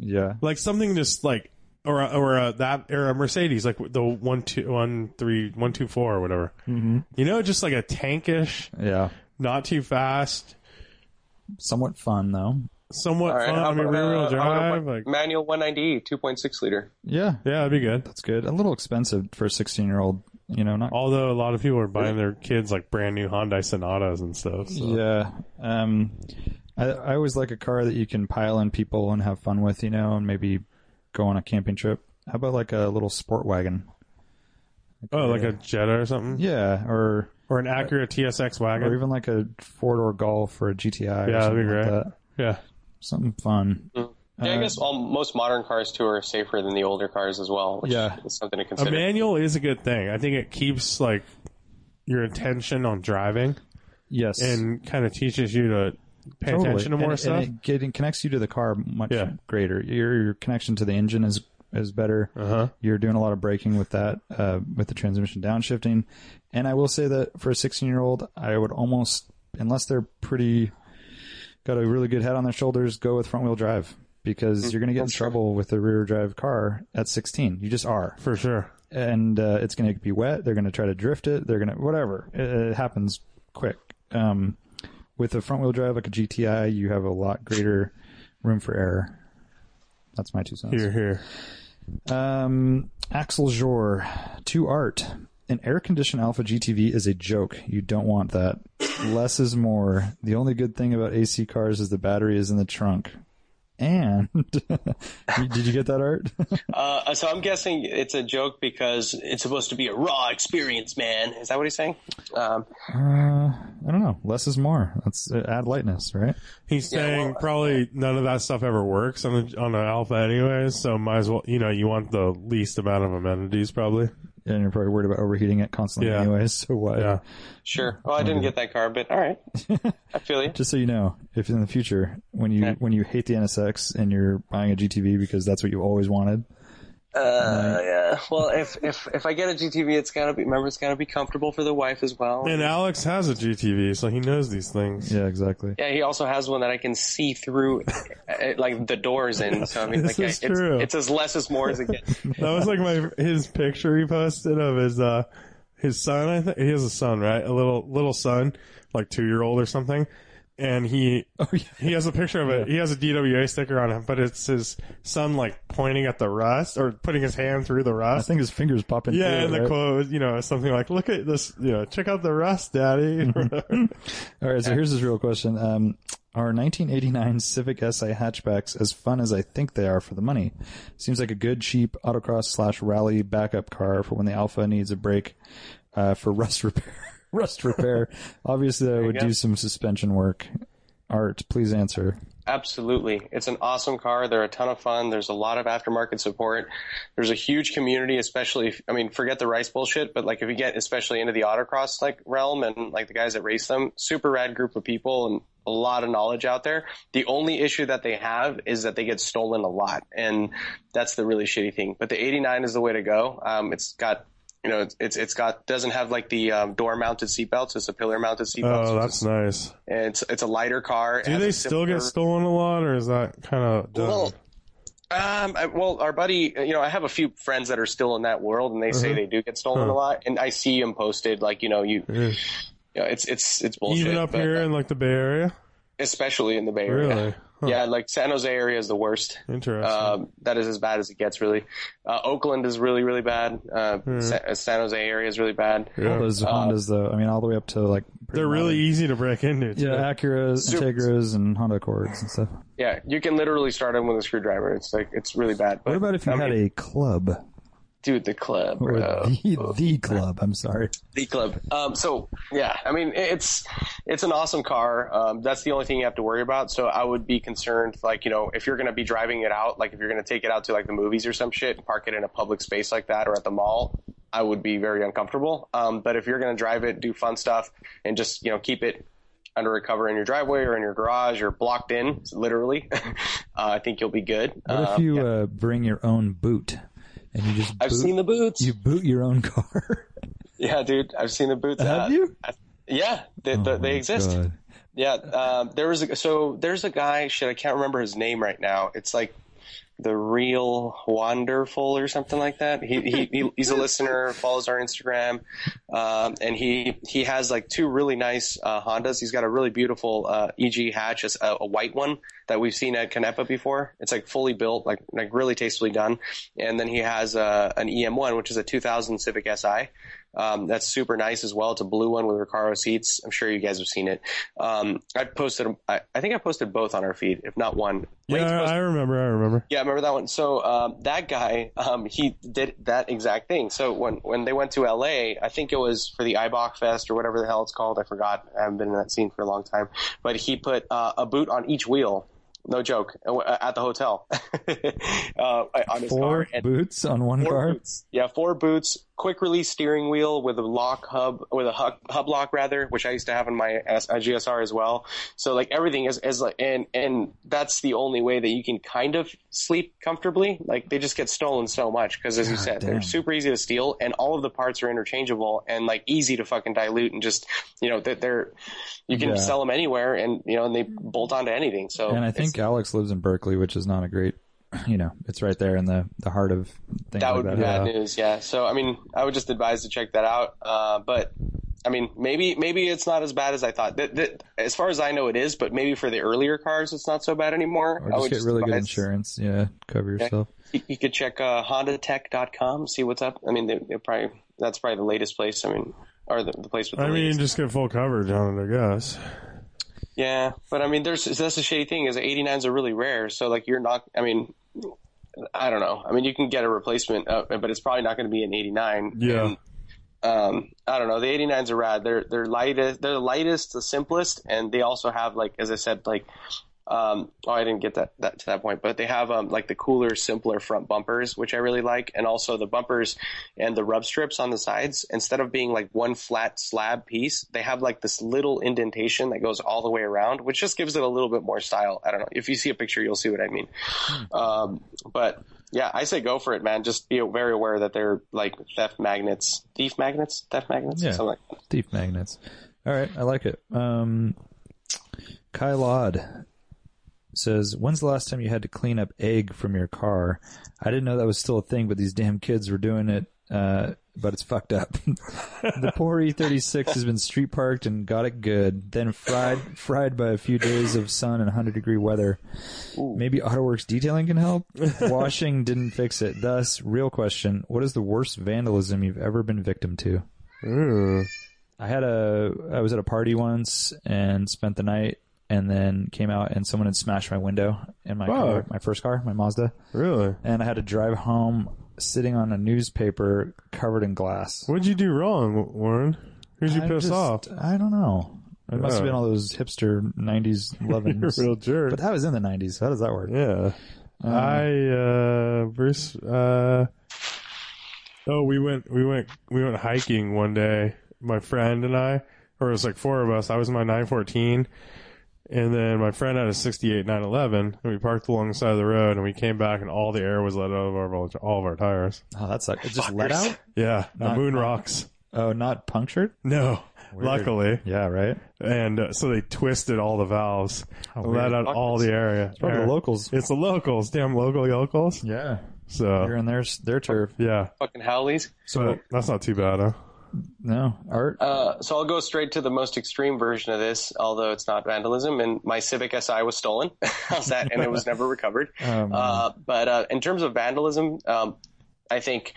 Yeah.
Like something just like or a- or a, that era Mercedes, like the one two one three one two four or whatever. Mm-hmm. You know, just like a tankish,
Yeah.
not too fast,
Somewhat fun, though.
somewhat
All right,
fun.
how
I mean,
about,
rear wheel
uh, how about
drive.
one-
Like,
manual 190, 2.6 liter.
Yeah.
yeah, that'd be good.
That's good. A little expensive for a 16 year old, you know, not
Although a lot of people are buying their kids like brand new Hyundai Sonatas and stuff. So.
Yeah. Um, I, I always like a car that you can pile in people and have fun with, you know, and maybe go on a camping trip. How about like a little sport wagon?
Oh, like a Jetta or something,
Yeah, or
or an Acura TSX
or
wagon.
even like a four door Golf or a GTI. or
Yeah, that'd be
something like
great.
that.
Yeah,
Something fun.
Uh,
Yeah, I guess all, most modern cars too are safer than the older cars as well, which
Yeah.
is something to
a
consider.
manual is a good thing. I think it keeps like your attention on driving
Yes,
and kind of teaches you to pay
Totally.
attention to
And
more
it-
stuff.
And it, get- it connects you to the car much
Yeah.
greater. Your, your connection to the engine is is better.
Uh-huh.
You're doing a lot of braking with that, uh, with the transmission downshifting. And I will say that for a 16 year old, I would almost, unless they're pretty, got a really good head on their shoulders, go with front wheel drive because you're going to get in trouble with a rear drive car at 16. You just are
for sure.
and uh, it's going to be wet. They're going to try to drift it. They're going to whatever. It, it happens quick. Um, with a front wheel drive like a GTI, you have a lot greater room for error. That's my two cents.
Here, here.
Um, Axel Jor to art. An air conditioned Alpha GTV is a joke. You don't want that. <clears throat> Less is more. The only good thing about AC cars is the battery is in the trunk. And <laughs> did you get that art? <laughs>
Uh, so I'm guessing it's a joke because it's supposed to be a raw experience, man. Is that what he's saying? Um,
Uh, I don't know. Less is more. That's uh, add lightness, right?
He's
Yeah,
saying
well, uh,
probably none of that stuff ever works on the, on an Alpha anyways. So might as well, you know, you want the least amount of amenities probably.
And you're probably worried about overheating it constantly,
Yeah.
anyways. <laughs> So why?
Yeah,
sure. Well, I didn't get that car, but
<laughs>
all right. I feel you.
Just so you know, if in the future when you
Okay.
when you hate the NSX and you're buying a GTV because that's what you always wanted,
Uh, yeah. Well, if if if I get a GTV, it's gotta be. Remember, it's gotta be comfortable for the wife as well.
and Alex has a GTV, so he knows these things.
yeah, exactly.
Yeah, he also has one that I can see through, uh, like the doors in. So I
<laughs>
mean,
This
like
is
I, it's,
true.
it's as less as more as it gets.
That was like my his picture he posted of his uh his son. I think he has a son, right? A little little son, like two year old or something. And he he has a picture of it. He has a DWA sticker on him, but it's his son like pointing at the rust or putting his hand through the
I
rust.
think his fingers pop in.
yeah,
through,
and the
right?
quote was, you know something like, "Look at this, you know, check out the rust, daddy." <laughs>
All right, so here's his real question: um, Are 1989 Civic Si hatchbacks as fun as I think they are for the money? Seems like a good, cheap autocross slash rally backup car for when the Alpha needs a break uh, for <laughs> rust repair. rust repair. <laughs> Obviously, I would
go.
do some suspension work. Art, please answer.
Absolutely, it's an awesome car. They're a ton of fun. There's a lot of aftermarket support. There's a huge community, especially. If, I mean, forget the rice bullshit, but like if you get especially into the autocross like realm and like the guys that race them, super rad group of people and a lot of knowledge out there. The only issue that they have is that they get stolen a lot, and that's the really shitty thing. But the '89 is the way to go. Um, it's got. You know, it's- it's it's got doesn't have like the um, door mounted seatbelts. It's a pillar mounted seatbelt.
oh, that's nice.
And it's it's a lighter car.
Do they still get stolen a lot, or is that kind of done?
Well, um, I, well, our buddy, uh, you know, I have a few friends that are still in that world, and they
Mm-hmm.
say they do get stolen a lot, and I see them posted, like you know, you, you
Yeah.
know, it's it's it's bullshit.
even up
but,
here
uh,
in like the Bay Area,
especially in the Bay Area.
really? Huh.
Yeah, like San Jose area is the worst.
Interesting.
Um, that is as bad as it gets, really. Uh, Oakland is really, really bad. Uh,
Hmm.
Sa- San Jose area is really bad.
All those Hondas, though. I mean, all the way up to like pretty
Uh, They're really easy to break into. too.
modern- yeah, Acuras,
Super-
Integras, and Honda Accords and stuff.
Yeah, you can literally start them with a screwdriver. It's like it's really bad.
What about if you had a club?
dude, the club,
Or
uh,
bro.
<laughs> the, the club. I'm sorry.
the club. Um, so yeah, I mean it's it's an awesome car. Um, that's the only thing you have to worry about. So I would be concerned, like you know, if you're going to be driving it out, like if you're going to take it out to like the movies or some shit, and park it in a public space like that or at the mall, I would be very uncomfortable. Um, but if you're going to drive it, do fun stuff, and just you know keep it under a cover in your driveway or in your garage or blocked in, literally, <laughs> uh, I think you'll be good.
What if
Um,
you uh, bring your own boot and you just boot,
I've seen the boots.
you boot your own <laughs> car?
yeah, dude, I've seen the boots. Uh,
Have you?
Yeah, they,
Oh
they,
my
they exist.
God.
Yeah, um, there was a, so there's a guy. Shit, I can't remember his name right now. It's like the real wonderful or something like that. He, he, he he's a listener, follows our Instagram, um, and he he has like two really nice uh, Hondas. He's got a really beautiful uh, EG hatch, it's a, a white one that we've seen at Canepa before. It's like fully built, like like really tastefully done. And then he has uh, an EM1, which is a 2000 Civic Si. Um, that's super nice as well. It's a blue one with Recaro seats. I'm sure you guys have seen it. Um, I posted, I, I think I posted both on our feed, if not one. Wayne's
Yeah, I
posted-
remember. I remember.
yeah, I remember that one. So um, that guy, um, he did that exact thing. So when when they went to LA, I think it was for the iBox Fest or whatever the hell it's called. I forgot. I haven't been in that scene for a long time. But he put uh, a boot on each wheel. No joke. uh, At the hotel, <laughs> uh, on his
Four
car. And-
boots on one
Four
car.
boots. Yeah, four boots. Quick release steering wheel with a lock hub, with a hub, hub lock rather, which I used to have in my S- uh, GSR as well. So like everything is, is like, and and that's the only way that you can kind of sleep comfortably. Like they just get stolen so much because as you
God
said,
damn.
they're super easy to steal, and all of the parts are interchangeable and like easy to fucking dilute and just you know that they're you can
Yeah.
sell them anywhere and you know and they bolt onto anything. So
And I
it's-
think Alex lives in Berkeley, which is not a great, <clears throat> you know, it's right there in the, the heart of things
that
like
would
that.
be bad news. Yeah. So I mean, I would just advise to check that out. Uh, but I mean, maybe maybe it's not as bad as I thought. That, that, as far as I know, it is. But maybe for the earlier cars, it's not so bad anymore.
Or
I
just
would
get really good
advise-
insurance. Yeah, cover yourself.
You, you could check uh, HondaTech.com, see what's up. I mean, they, they probably that's probably the latest place. I mean, or the, the place with the
I mean,
latest.
just get full coverage on it, I guess.
Yeah, but I mean, there's that's the shitty thing is 89s are really rare. So like, you're not. I mean, I don't know. I mean, you can get a replacement, uh, but it's probably not going to be an 89.
Yeah.
And, um, I don't know. The 89s are rad. They're they're lightest. They're the lightest, the simplest, and they also have like, as I said, like. Um, oh, I didn't get that, that to that point, but they have um, like the cooler, simpler front bumpers, which I really like, and also the bumpers and the rub strips on the sides. Instead of being like one flat slab piece, they have like this little indentation that goes all the way around, which just gives it a little bit more style. I don't know. If you see a picture, you'll see what I mean. Um, but yeah, I say go for it, man. Just be very aware that they're like theft magnets, thief magnets, theft magnets,
Yeah.
something like that.
Thief magnets. All right, I like it. Um, Kai Laud says, "When's the last time you had to clean up egg from your car? I didn't know that was still a thing, but these damn kids were doing it. Uh, but it's fucked up. <laughs> the poor E36 has been street parked and got it good, then fried, fried by a few days of sun and 100 degree weather. Maybe AutoWorks detailing can help. Washing didn't fix it. Thus, real question: What is the worst vandalism you've ever been victim to?
Ooh.
I had a I was at a party once and spent the night and then came out and someone had smashed my window in my car,
Fuck.
my first car, my Mazda,
Really?
and I had to drive home sitting on a newspaper covered in glass.
What'd you do wrong, Warren? Who'd you
I
piss
just-
off?
I don't know. It must have
Yeah.
been all those hipster
<laughs>
'90s
You're a
lovin's.
real jerk.
But that was in the '90s. How does that work?
Yeah.
Um,
I uh Bruce uh Oh, we went we went we went hiking one day, my friend and I, or it was like four of us. I was in my 914 and then my friend had a 68 911 and we parked along the side of the road and we came back and all the air was let out of our, all of our tires.
Oh, that sucked. It just let out.
Yeah, the
Not-
moon rocks.
Oh, not punctured.
No. Luckily,
Yeah, right.
and uh, so they twisted all the valves,
How
and let
Oh, weird.
out all the area.
Probably
air.
the locals.
It's the locals, damn local yokels.
Yeah,
So
they're in their their turf.
yeah,
Fucking Howleys.
So
But that's not too bad, huh?
no art.
Uh, so I'll go straight to the most extreme version of this, although it's not vandalism. And my Civic Si was stolen. <laughs> How's that? And it was never recovered.
Um,
Uh, but uh, in terms of vandalism, um, I think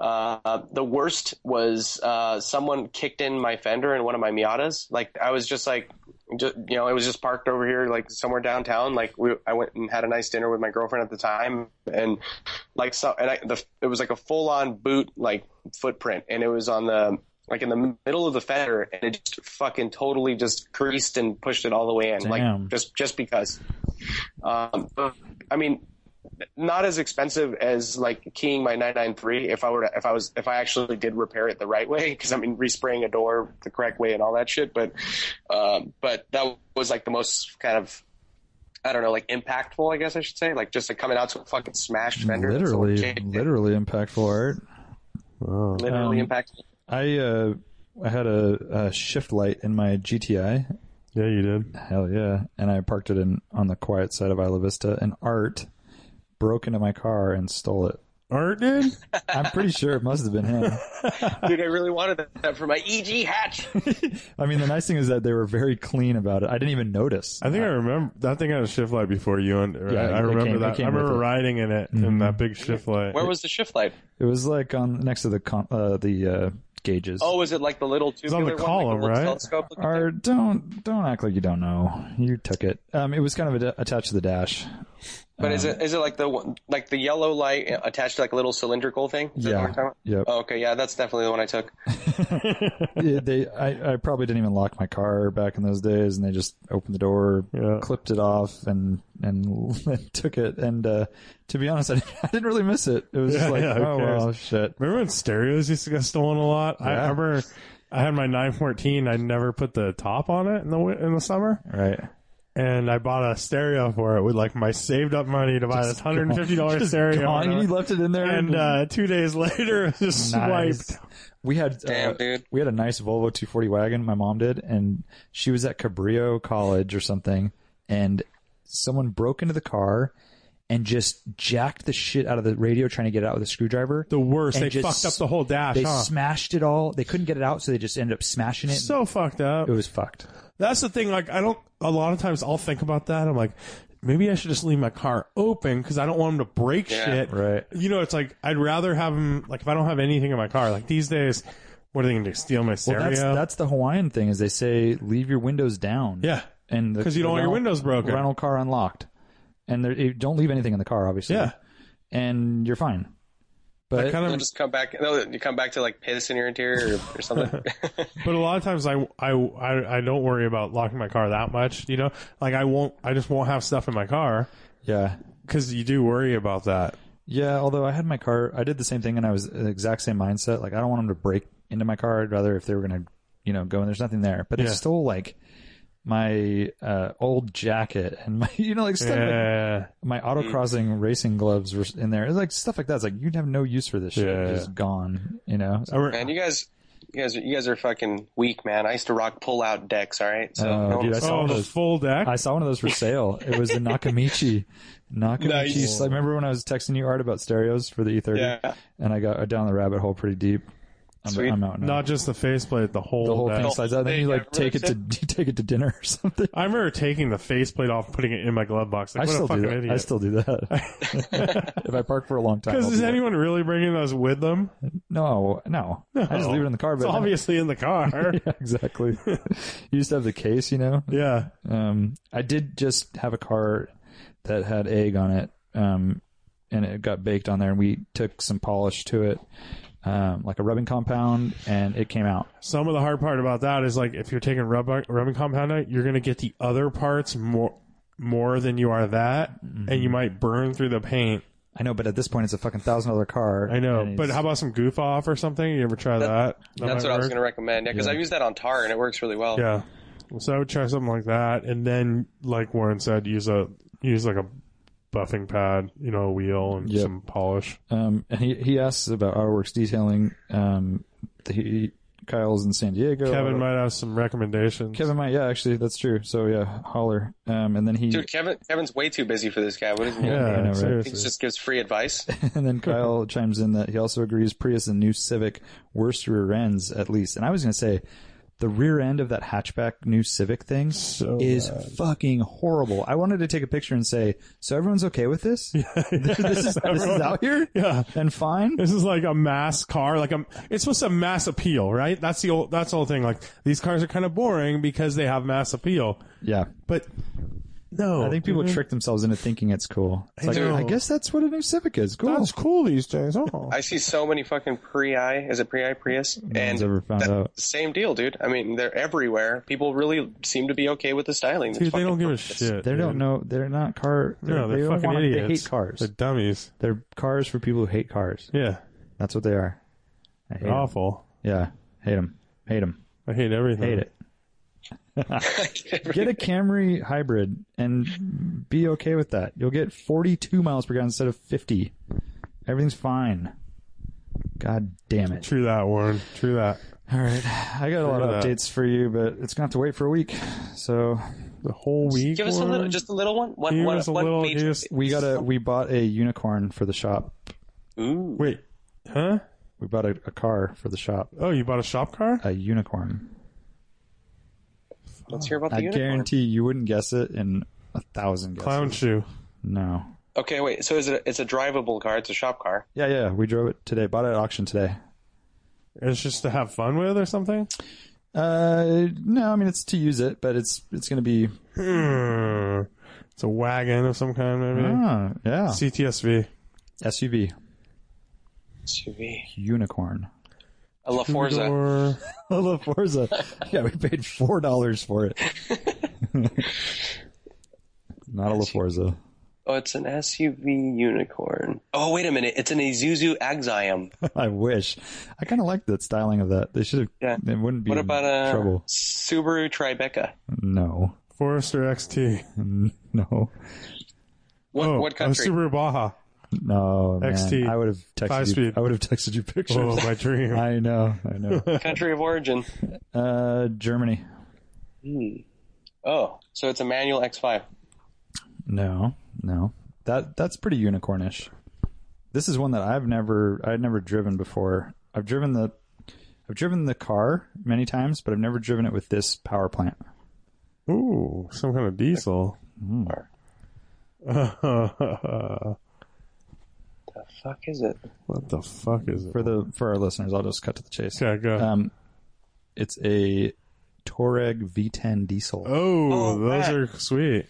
uh, the worst was uh, someone kicked in my fender in one of my Miatas. Like I was just like, Just, you know, it was just parked over here, like somewhere downtown. Like we, I went and had a nice dinner with my girlfriend at the time, and like so, and I, the, it was like a full on boot like footprint, and it was on the like in the middle of the fender, and it just fucking totally just creased and pushed it all the way in,
Damn.
like just just because. Um, but, I mean, not as expensive as like keying my 993 if I were to, if I was if I actually did repair it the right way because I mean respraying a door the correct way and all that shit but um, but that was like the most kind of I don't know like impactful I guess I should say like just like coming out to a fucking smashed fender that someone
literally,
changed it.
literally impactful art.
Oh.
literally
um,
impactful
I uh, I had a, a shift light in my GTI.
Yeah, you did.
Hell yeah! And I parked it in on the quiet side of Isla Vista. And Art broke into my car and stole it.
Art did?
I'm pretty sure it must have been him.
dude I really wanted that- that for my EG hatch
I mean, the nice thing is that they were very clean about it. I didn't even notice.
I think I remember. I think I had a shift light before you, and
Uh, Yeah,
I, I
it
remember
came- it
that. I
came
remember
with it.
riding in it in that big shift light.
where was the shift light
It was like on next to the con- uh, the uh, gauges.
oh was it like the little
on
tubular
the column,
one,
right?
like the little telescope looking thing?
Or don't don't act like you don't know. You took it. Um, it was kind of a, attached to the dash.
But is it is it like the one like the yellow light attached to like a little cylindrical thing? Is that what
Yeah.
we're talking about?
Yep.
Oh, okay, yeah, that's definitely the one I took.
Yeah, they I, I probably didn't even lock my car back in those days and they just opened the door
Yeah.
clipped it off and and <laughs> took it and uh to be honest <laughs> i didn't, I didn't really miss it it was
Yeah,
just like
yeah, who
oh
cares?"
well shit
Remember when stereos used to get stolen a lot? I
Yeah.
remember I had my 914. I never put the top on it in the wi- in the summer,
right
and I bought a stereo for it with like my saved up money to buy this 150 dollar stereo.
Gone,
and,
you left it in there
and uh, two days <laughs> later, it was just
Nice.
swiped.
we had
Damn,
uh,
dude.
we had a nice volvo 240 wagon my mom did and she was at cabrillo college or something and someone broke into the car and just jacked the shit out of the radio trying to get it out with a screwdriver
The worst.
And
they
just-
fucked up the whole dash.
They
huh?
smashed it all. They couldn't get it out, so they just ended up smashing it.
so fucked up.
it was fucked.
That's the thing. Like, I don't. A lot of times, I'll think about that. I'm like, maybe I should just leave my car open because I don't want them to break
Yeah.
shit.
Right.
You know, it's like I'd rather have them. Like, if I don't have anything in my car, like these days, what are they going to do? Steal my stereo?
That's that's the Hawaiian thing is they say leave your windows down.
yeah.
and
'Cause you don't want your windows broken.
Rental car unlocked, and there, you don't leave anything in the car, obviously.
Yeah.
and you're fine.
That
But
kind
They'll
of.
just come back. They'll, you come back to like piss in your interior or, or something.
But a lot of times, I, I I I don't worry about locking my car that much. You know, like I won't. I just won't have stuff in my car
yeah,
because you do worry about that.
yeah. Although I had my car, I did the same thing, and I was the exact same mindset. Like I don't want them to break into my car. I'd rather if they were gonna, you know, go and there's nothing there. But they
Yeah.
stole like my uh, old jacket and my, <laughs> you know, like stuff like
Yeah.
my autocrossing
Mm.
racing gloves were in there. It's like stuff like that. It's like you'd have no use for this shit.
Yeah.
It's gone. You know.
I re-
man, you guys, you guys, you guys are fucking weak, man. I used to rock pull-out decks. All right, so
Oh,
no,
dude, I
<laughs>
saw
oh, the
those.
full deck.
I saw one of those for sale. It was the Nakamichi. Nakamichi.
<laughs> Nice.
So I remember when I was texting you art about stereos for the E30,
Yeah.
and I got down the rabbit hole pretty deep. I'm,
Sweet.
I'm out now.
Not just the faceplate, the whole
the whole
deck.
thing slides out. Then you
thing,
like
I really
take it to <laughs> you take it to dinner or something.
I remember taking the faceplate off and putting it in my glove box. Like,
I
what
still
a
do
fucking
that. I
idiot.
still do
<laughs>
that. if I park for a long time. I'll
Because
do
is
that.
anyone really bringing those with them?
<laughs> No, no, I just leave it in the car.
It's
but <laughs>
obviously in the car.
Yeah, exactly. <laughs> you used to have the case, you know.
yeah.
Um, I did just have a car that had egg on it, um, and it got baked on there, and we took some polish to it, um, like a rubbing compound, and it came out.
Some of the hard part about that is like if you're taking rub- rubbing compound out, you're going to get the other parts more more than you are that, and you
Mm-hmm.
might burn through the paint.
I know, but at this point, it's a fucking thousand dollar car.
I know.
and
But
it's-
how about some goof off or something? You ever try that? That
that's
might
what I was
work.
going to recommend. Yeah, because I use that on tar and it works really well.
Yeah. So I would try something like that, and then like Warren said, use a use like a buffing pad, you know, a wheel and
Yep.
some polish.
Um, and he he asks about Autoworks detailing. Um, the, he, Kyle's in San Diego.
Kevin
Auto-
might have some recommendations.
Kevin might. Yeah, actually, that's true. So yeah, holler. Um, and then he.
Dude, Kevin, Kevin's way too busy for this guy. What is he?
yeah,
doing?
I know, right?
He
seriously.
just gives free advice.
<laughs> And then Kyle chimes in that he also agrees Prius and new Civic worst rear ends at least. And I was going to say the rear end of that hatchback new Civic thing
So
is
<laughs>
bad.
fucking horrible. I wanted to take a picture and say, "So everyone's okay with <laughs> this? this is this is out here
Yeah.
and fine." <laughs>
This is like a mass car, like a, it's supposed to have mass appeal, right? That's the old, that's the whole thing. Like these cars are kind of boring because they have mass appeal,
Yeah,
but no,
I think people trick themselves into thinking it's cool. It's like,
know.
I guess that's what a new Civic is. Cool.
that's cool these days. Oh,
I see so many fucking Prii. Is it Prii Prius?
one's ever found
that-
out.
Same deal, dude. I mean, they're everywhere. People really seem to be okay with the styling.
dude,
It's
they don't
fucking-
give a shit.
they don't
dude.
know. They're not car. They're,
No, they're
they don't
fucking
wanna-
idiots.
They hate cars.
They're
They're,
dummies.
cars for people who hate cars. Oh,
Yeah,
That's what they are. I hate 'em.
awful.
Yeah, hate them. Hate them.
I hate
Hate
everything.
<laughs>
it. Get a Camry hybrid and be okay with that. You'll get 42 miles per gallon instead of 50. Everything's fine. God damn it.
True that, Warren. True that.
All right. I got a lot of
that.
updates for you, but it's going to have to wait for a week. So
The whole week.
Give us a little,
Warren?
just a little one. One,
Give
one,
us a
one
little.
major-
Just,
we got a we bought a unicorn for the shop.
Ooh.
wait, huh?
We bought a, a car for the shop.
Oh, you bought a shop car?
A unicorn.
Let's hear about the
I
unicorn.
guarantee you wouldn't guess it in a thousand guesses.
Clown shoe.
No.
Okay, wait. So is it? A, it's a drivable car. It's a shop car.
Yeah, yeah. We drove it today. Bought it at auction today.
It's just to have fun with or something.
Uh, no, I mean it's to use it, but it's it's going to be
Hmm. It's a wagon of some kind, maybe.
ah, yeah
CTSV.
SUV
SUV.
unicorn. <laughs>
A La Forza.
Or
Hello Forza. yeah, we paid four dollars for it. <laughs> Not a La Forza. <laughs>
Oh, it's an SUV unicorn. Oh, wait a minute. It's an Isuzu Axiom.
I wish. I kind of like the styling of that. They should have.
Yeah.
They wouldn't be
What about uh, a
trouble.
Subaru Tribeca?
No, <laughs>
Forester XT.
no,
What,
oh,
what country?
A Subaru Baja.
no. Man.
XT.
I would have
Five
texted you.
speed.
I would have texted you pictures.
Oh, my
<laughs>
dream.
I know. I
<laughs>
know.
country of origin. Hmm.
uh, Germany.
Oh, so it's a manual X5.
No, no. That that's pretty unicornish. This is one that I've never I've never driven before. I've driven the I've driven the car many times, but I've never driven it with this power plant.
Ooh, some kind of diesel.
Hmm.
The fuck is it?
<laughs> what the fuck is it?
For the for our listeners, I'll just cut to the chase.
Okay, go.
Um it's a Touareg V10 diesel.
oh,
Oh,
those
man.
are sweet.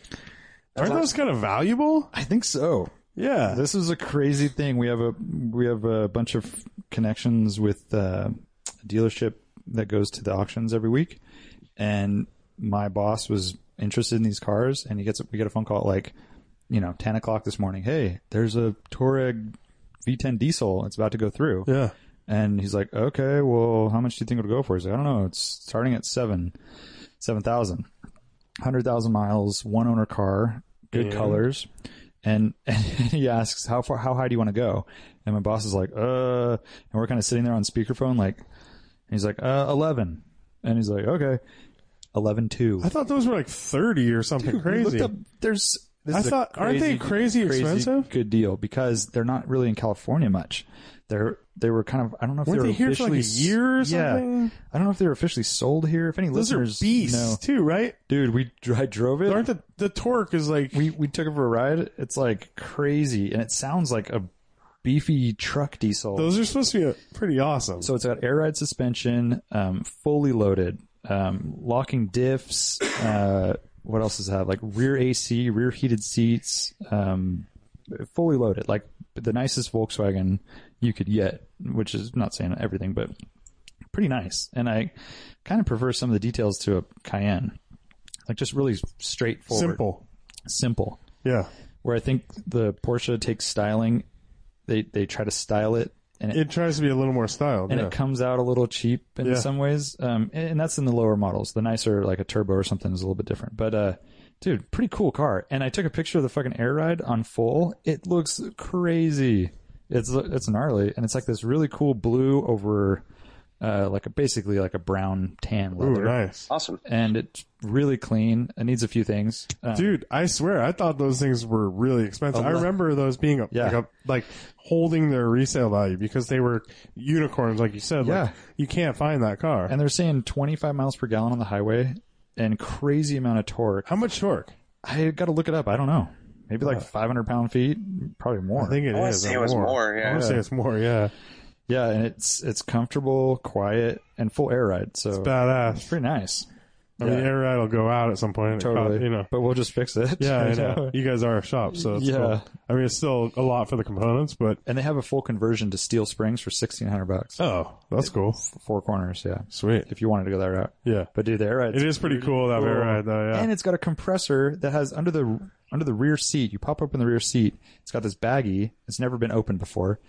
Aren't those kind of valuable?
I think so.
Yeah.
This is a crazy thing. We have a we have a bunch of connections with uh, a dealership that goes to the auctions every week, and my boss was interested in these cars, and he gets we get a phone call at like you know ten o'clock this morning. Hey, there's a Touareg V10 diesel. It's about to go through.
yeah.
And he's like, okay, well, how much do you think it'll go for? He's like, I don't know. It's starting at seven, 7,000, 100,000 miles, one owner car, good
Yeah.
colors. And, <laughs> and he asks, how far, how high do you want to go? And my boss is like, uh, and we're kind of sitting there on speakerphone, like, and he's like, uh, 11. And he's like, okay, 11 2.
I thought those were like 30 or something
<laughs>
crazy.
Looked up, there's, this
I
is a
thought- aren't they crazy expensive?
Good deal because they're not really in California much. They're they were kind of I don't know if
Weren't
they were
they here for like a
officially-
year or
yeah.
something?
I don't know if they were officially sold here. If any
Those are
listeners
beasts
know,
too, right?
dude, we dr- I drove it.
Aren't the the torque is like
we we took it for a ride. It's like crazy, and it sounds like a beefy truck diesel.
those are supposed to be uh pretty awesome.
so it's got air ride suspension, um, fully loaded, um, locking diffs. Uh, what else does it have? Like rear AC, rear heated seats, um, fully loaded. Like the nicest Volkswagen you could get, which is not saying everything, but pretty nice. And I kind of prefer some of the details to a Cayenne. Like just really straightforward,
Simple.
simple
Yeah.
where I think the Porsche takes styling, they they try to style it, and it,
It tries to be a little more styled.
and
yeah.
it comes out a little cheap in
Yeah.
some ways. Um, and, and that's in the lower models. The nicer, like a turbo or something, is a little bit different. But uh, dude, pretty cool car. And I took a picture of the fucking air ride on full. It looks crazy. It's it's gnarly, and it's like this really cool blue over uh, like a, basically like a brown tan
Ooh,
leather, Oh.
nice.
Awesome.
and it's really clean. It needs a few things, um,
Dude, I swear, I thought those things were really expensive. I remember those being a,
Oh, Yeah.
like, a, like holding their resale value because they were unicorns, like you said.
Yeah.
Like, you can't find that car.
And they're saying 25 miles per gallon on the highway and crazy amount of torque.
How much torque?
I got to look it up. I don't know. Maybe like 500 pound feet, probably more.
I think it is.
I wanna say
or
it was more,
I
yeah.
want to say it's more. Yeah,
yeah, and it's it's comfortable, quiet, and full air ride. So it's
badass.
pretty nice.
I mean,
Yeah.
air ride will go out at some point. and it costs-
Totally.
uh, you know.
But we'll just fix it. <laughs>
Yeah, I know. You guys are a shop, so it's
Yeah.
cool. I mean, it's still a lot for the components, but
And they have a full conversion to steel springs for 1600 bucks.
oh, that's cool.
Four corners, yeah.
Sweet.
If you wanted to go that route.
Yeah,
But dude, the air ride
it is pretty cool that air
cool.
ride though. Yeah.
and it's got a compressor that has under the under the rear seat. You pop open the rear seat. It's got this baggie. It's never been opened before.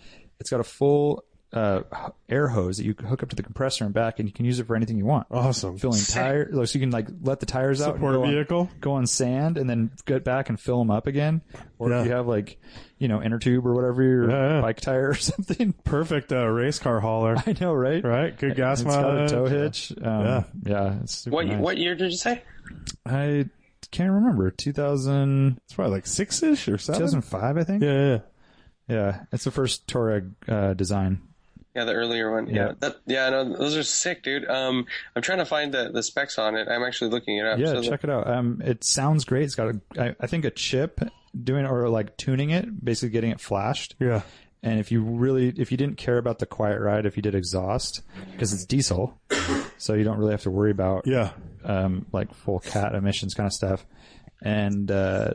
It's got a full uh, h- air hose that you hook up to the compressor and back, and you can use it for anything you want.
awesome.
Filling tire, like, so you can like let the tires out, and
Support
go on-
vehicle?
go on sand, and then get back and fill them up again. Or
Yeah.
if you have like you know inner tube or whatever your
Yeah, yeah.
bike tire or <laughs> something.
Perfect uh, race car
<laughs>
hauler,
I know, right?
right? Good gas
It's got a
mileage.
tow hitch. Um,
Yeah.
yeah, yeah. It's super
What
nice.
what year did you say?
I can't remember. Two thousand.
It's probably like six ish or seven.
2005, I think.
Yeah, yeah.
Yeah, it's the first Touareg uh, design.
Yeah, the earlier one. Yeah,
Yeah.
that, yeah. No, those are sick, dude. Um, I'm trying to find the, the specs on it. I'm actually looking it up.
Yeah,
So the-
check it out. Um, it sounds great. It's got, a, I, I think, a chip doing or like tuning it, basically getting it flashed.
yeah.
And if you really, if you didn't care about the quiet ride, if you did exhaust, because it's diesel, <coughs> so you don't really have to worry about
Yeah.
um, like full cat emissions kind of stuff, and uh,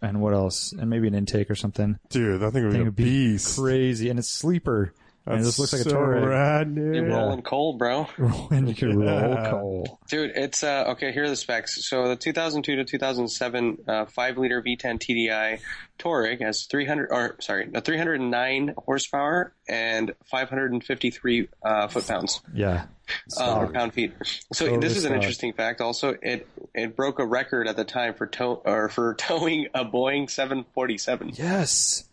and what else, and maybe an intake or something.
Dude, that thing would be a
It'd be
beast.
crazy, and it's sleeper. and it
That's
just looks like a
so
Touareg.
rad, dude.
<laughs>
You're rolling coal, bro.
and you can
Yeah.
roll coal.
Dude, it's uh, okay. Here are the specs. So the 2002 to 2007 uh, five liter V10 TDI Touareg has 300 or sorry, a 309 horsepower and 553 uh, foot pounds
Yeah.
uh, or pound feet. So
Totally
this is an
solid.
interesting fact. Also, it it broke a record at the time for tow or for <laughs> towing a Boeing 747.
Yes.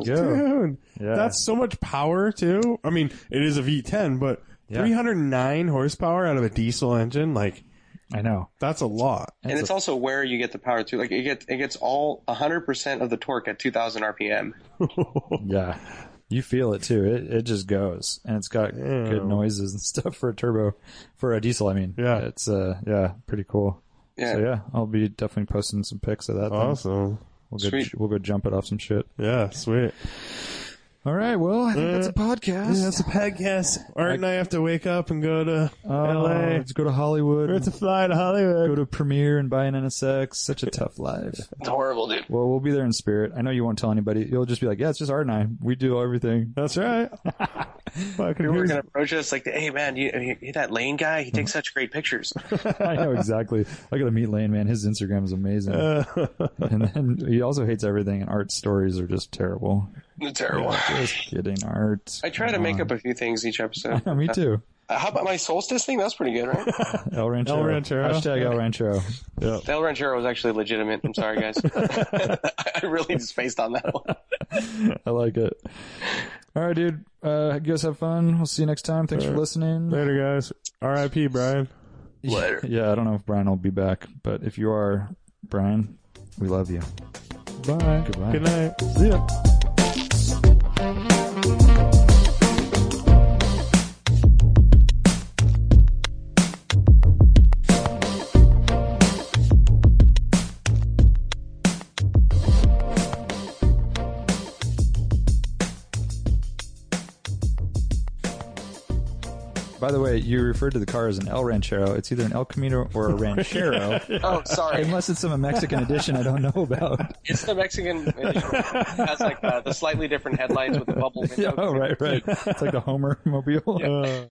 There you
<laughs>
go.
Dude,
Yeah.
that's so much power too. I mean, it is a V10, but 309 horsepower out of a diesel engine, like
I know.
that's a lot.
and it's also where you get the power too. Like it gets it gets all 100% of the torque at 2000 RPM.
Yeah. You feel it too. It it just goes, and it's got good noises and <laughs> stuff for a turbo, for a diesel. I mean,
Yeah.
it's uh, yeah, pretty cool.
Yeah.
So yeah, I'll be definitely posting some pics of that. thing.
Awesome.
We'll go,
Sweet.
we'll go jump it off some shit.
Yeah, sweet.
All right. Well, I think that's a podcast.
that's a podcast. Art and I have to wake up and go to
Oh,
LA.
Let's go to Hollywood.
We have to fly to
go
Hollywood.
to premiere and buy an NSX. Such a tough life.
It's horrible, dude.
Well, we'll be there in spirit. I know you won't tell anybody. You'll just be like, yeah, it's just Art and I. We do everything.
That's <laughs> right. Fucking
People are
who's-
going to approach us like, hey, man, you, you hear that Lane guy? He takes such great pictures.
<laughs> I know exactly. I got to meet Lane, man. His Instagram is amazing.
Uh.
and then he also hates everything, and Art's stories are just terrible.
It's terrible.
Just kidding, Art.
I try to make up a few things each episode.
Yeah, <laughs> me too.
Uh, how about my solstice thing? That was pretty good, right?
El Ranchero.
El Ranchero.
Hashtag El
<laughs>
Ranchero.
the El Ranchero was actually legitimate. I'm sorry, guys. <laughs> I really spaced on that one.
I like it. All right, dude. Uh, you guys have fun. We'll see you next time. Thanks for listening.
<laughs> Later, guys. R.I.P. Brian.
Later.
Yeah, I don't know if Brian will be back, but if you are, Brian, we love you.
Bye.
Goodbye.
Good night. See ya.
By the way, you referred to the car as an El Ranchero. It's either an El Camino or
<laughs>
a Ranchero,
Oh, sorry.
unless it's some Mexican edition I don't know about.
It's the Mexican. It
<laughs>
has like uh, the slightly different headlights with the bubble window.
Yeah, oh, right, right. It's like the Homer mobile.
Uh,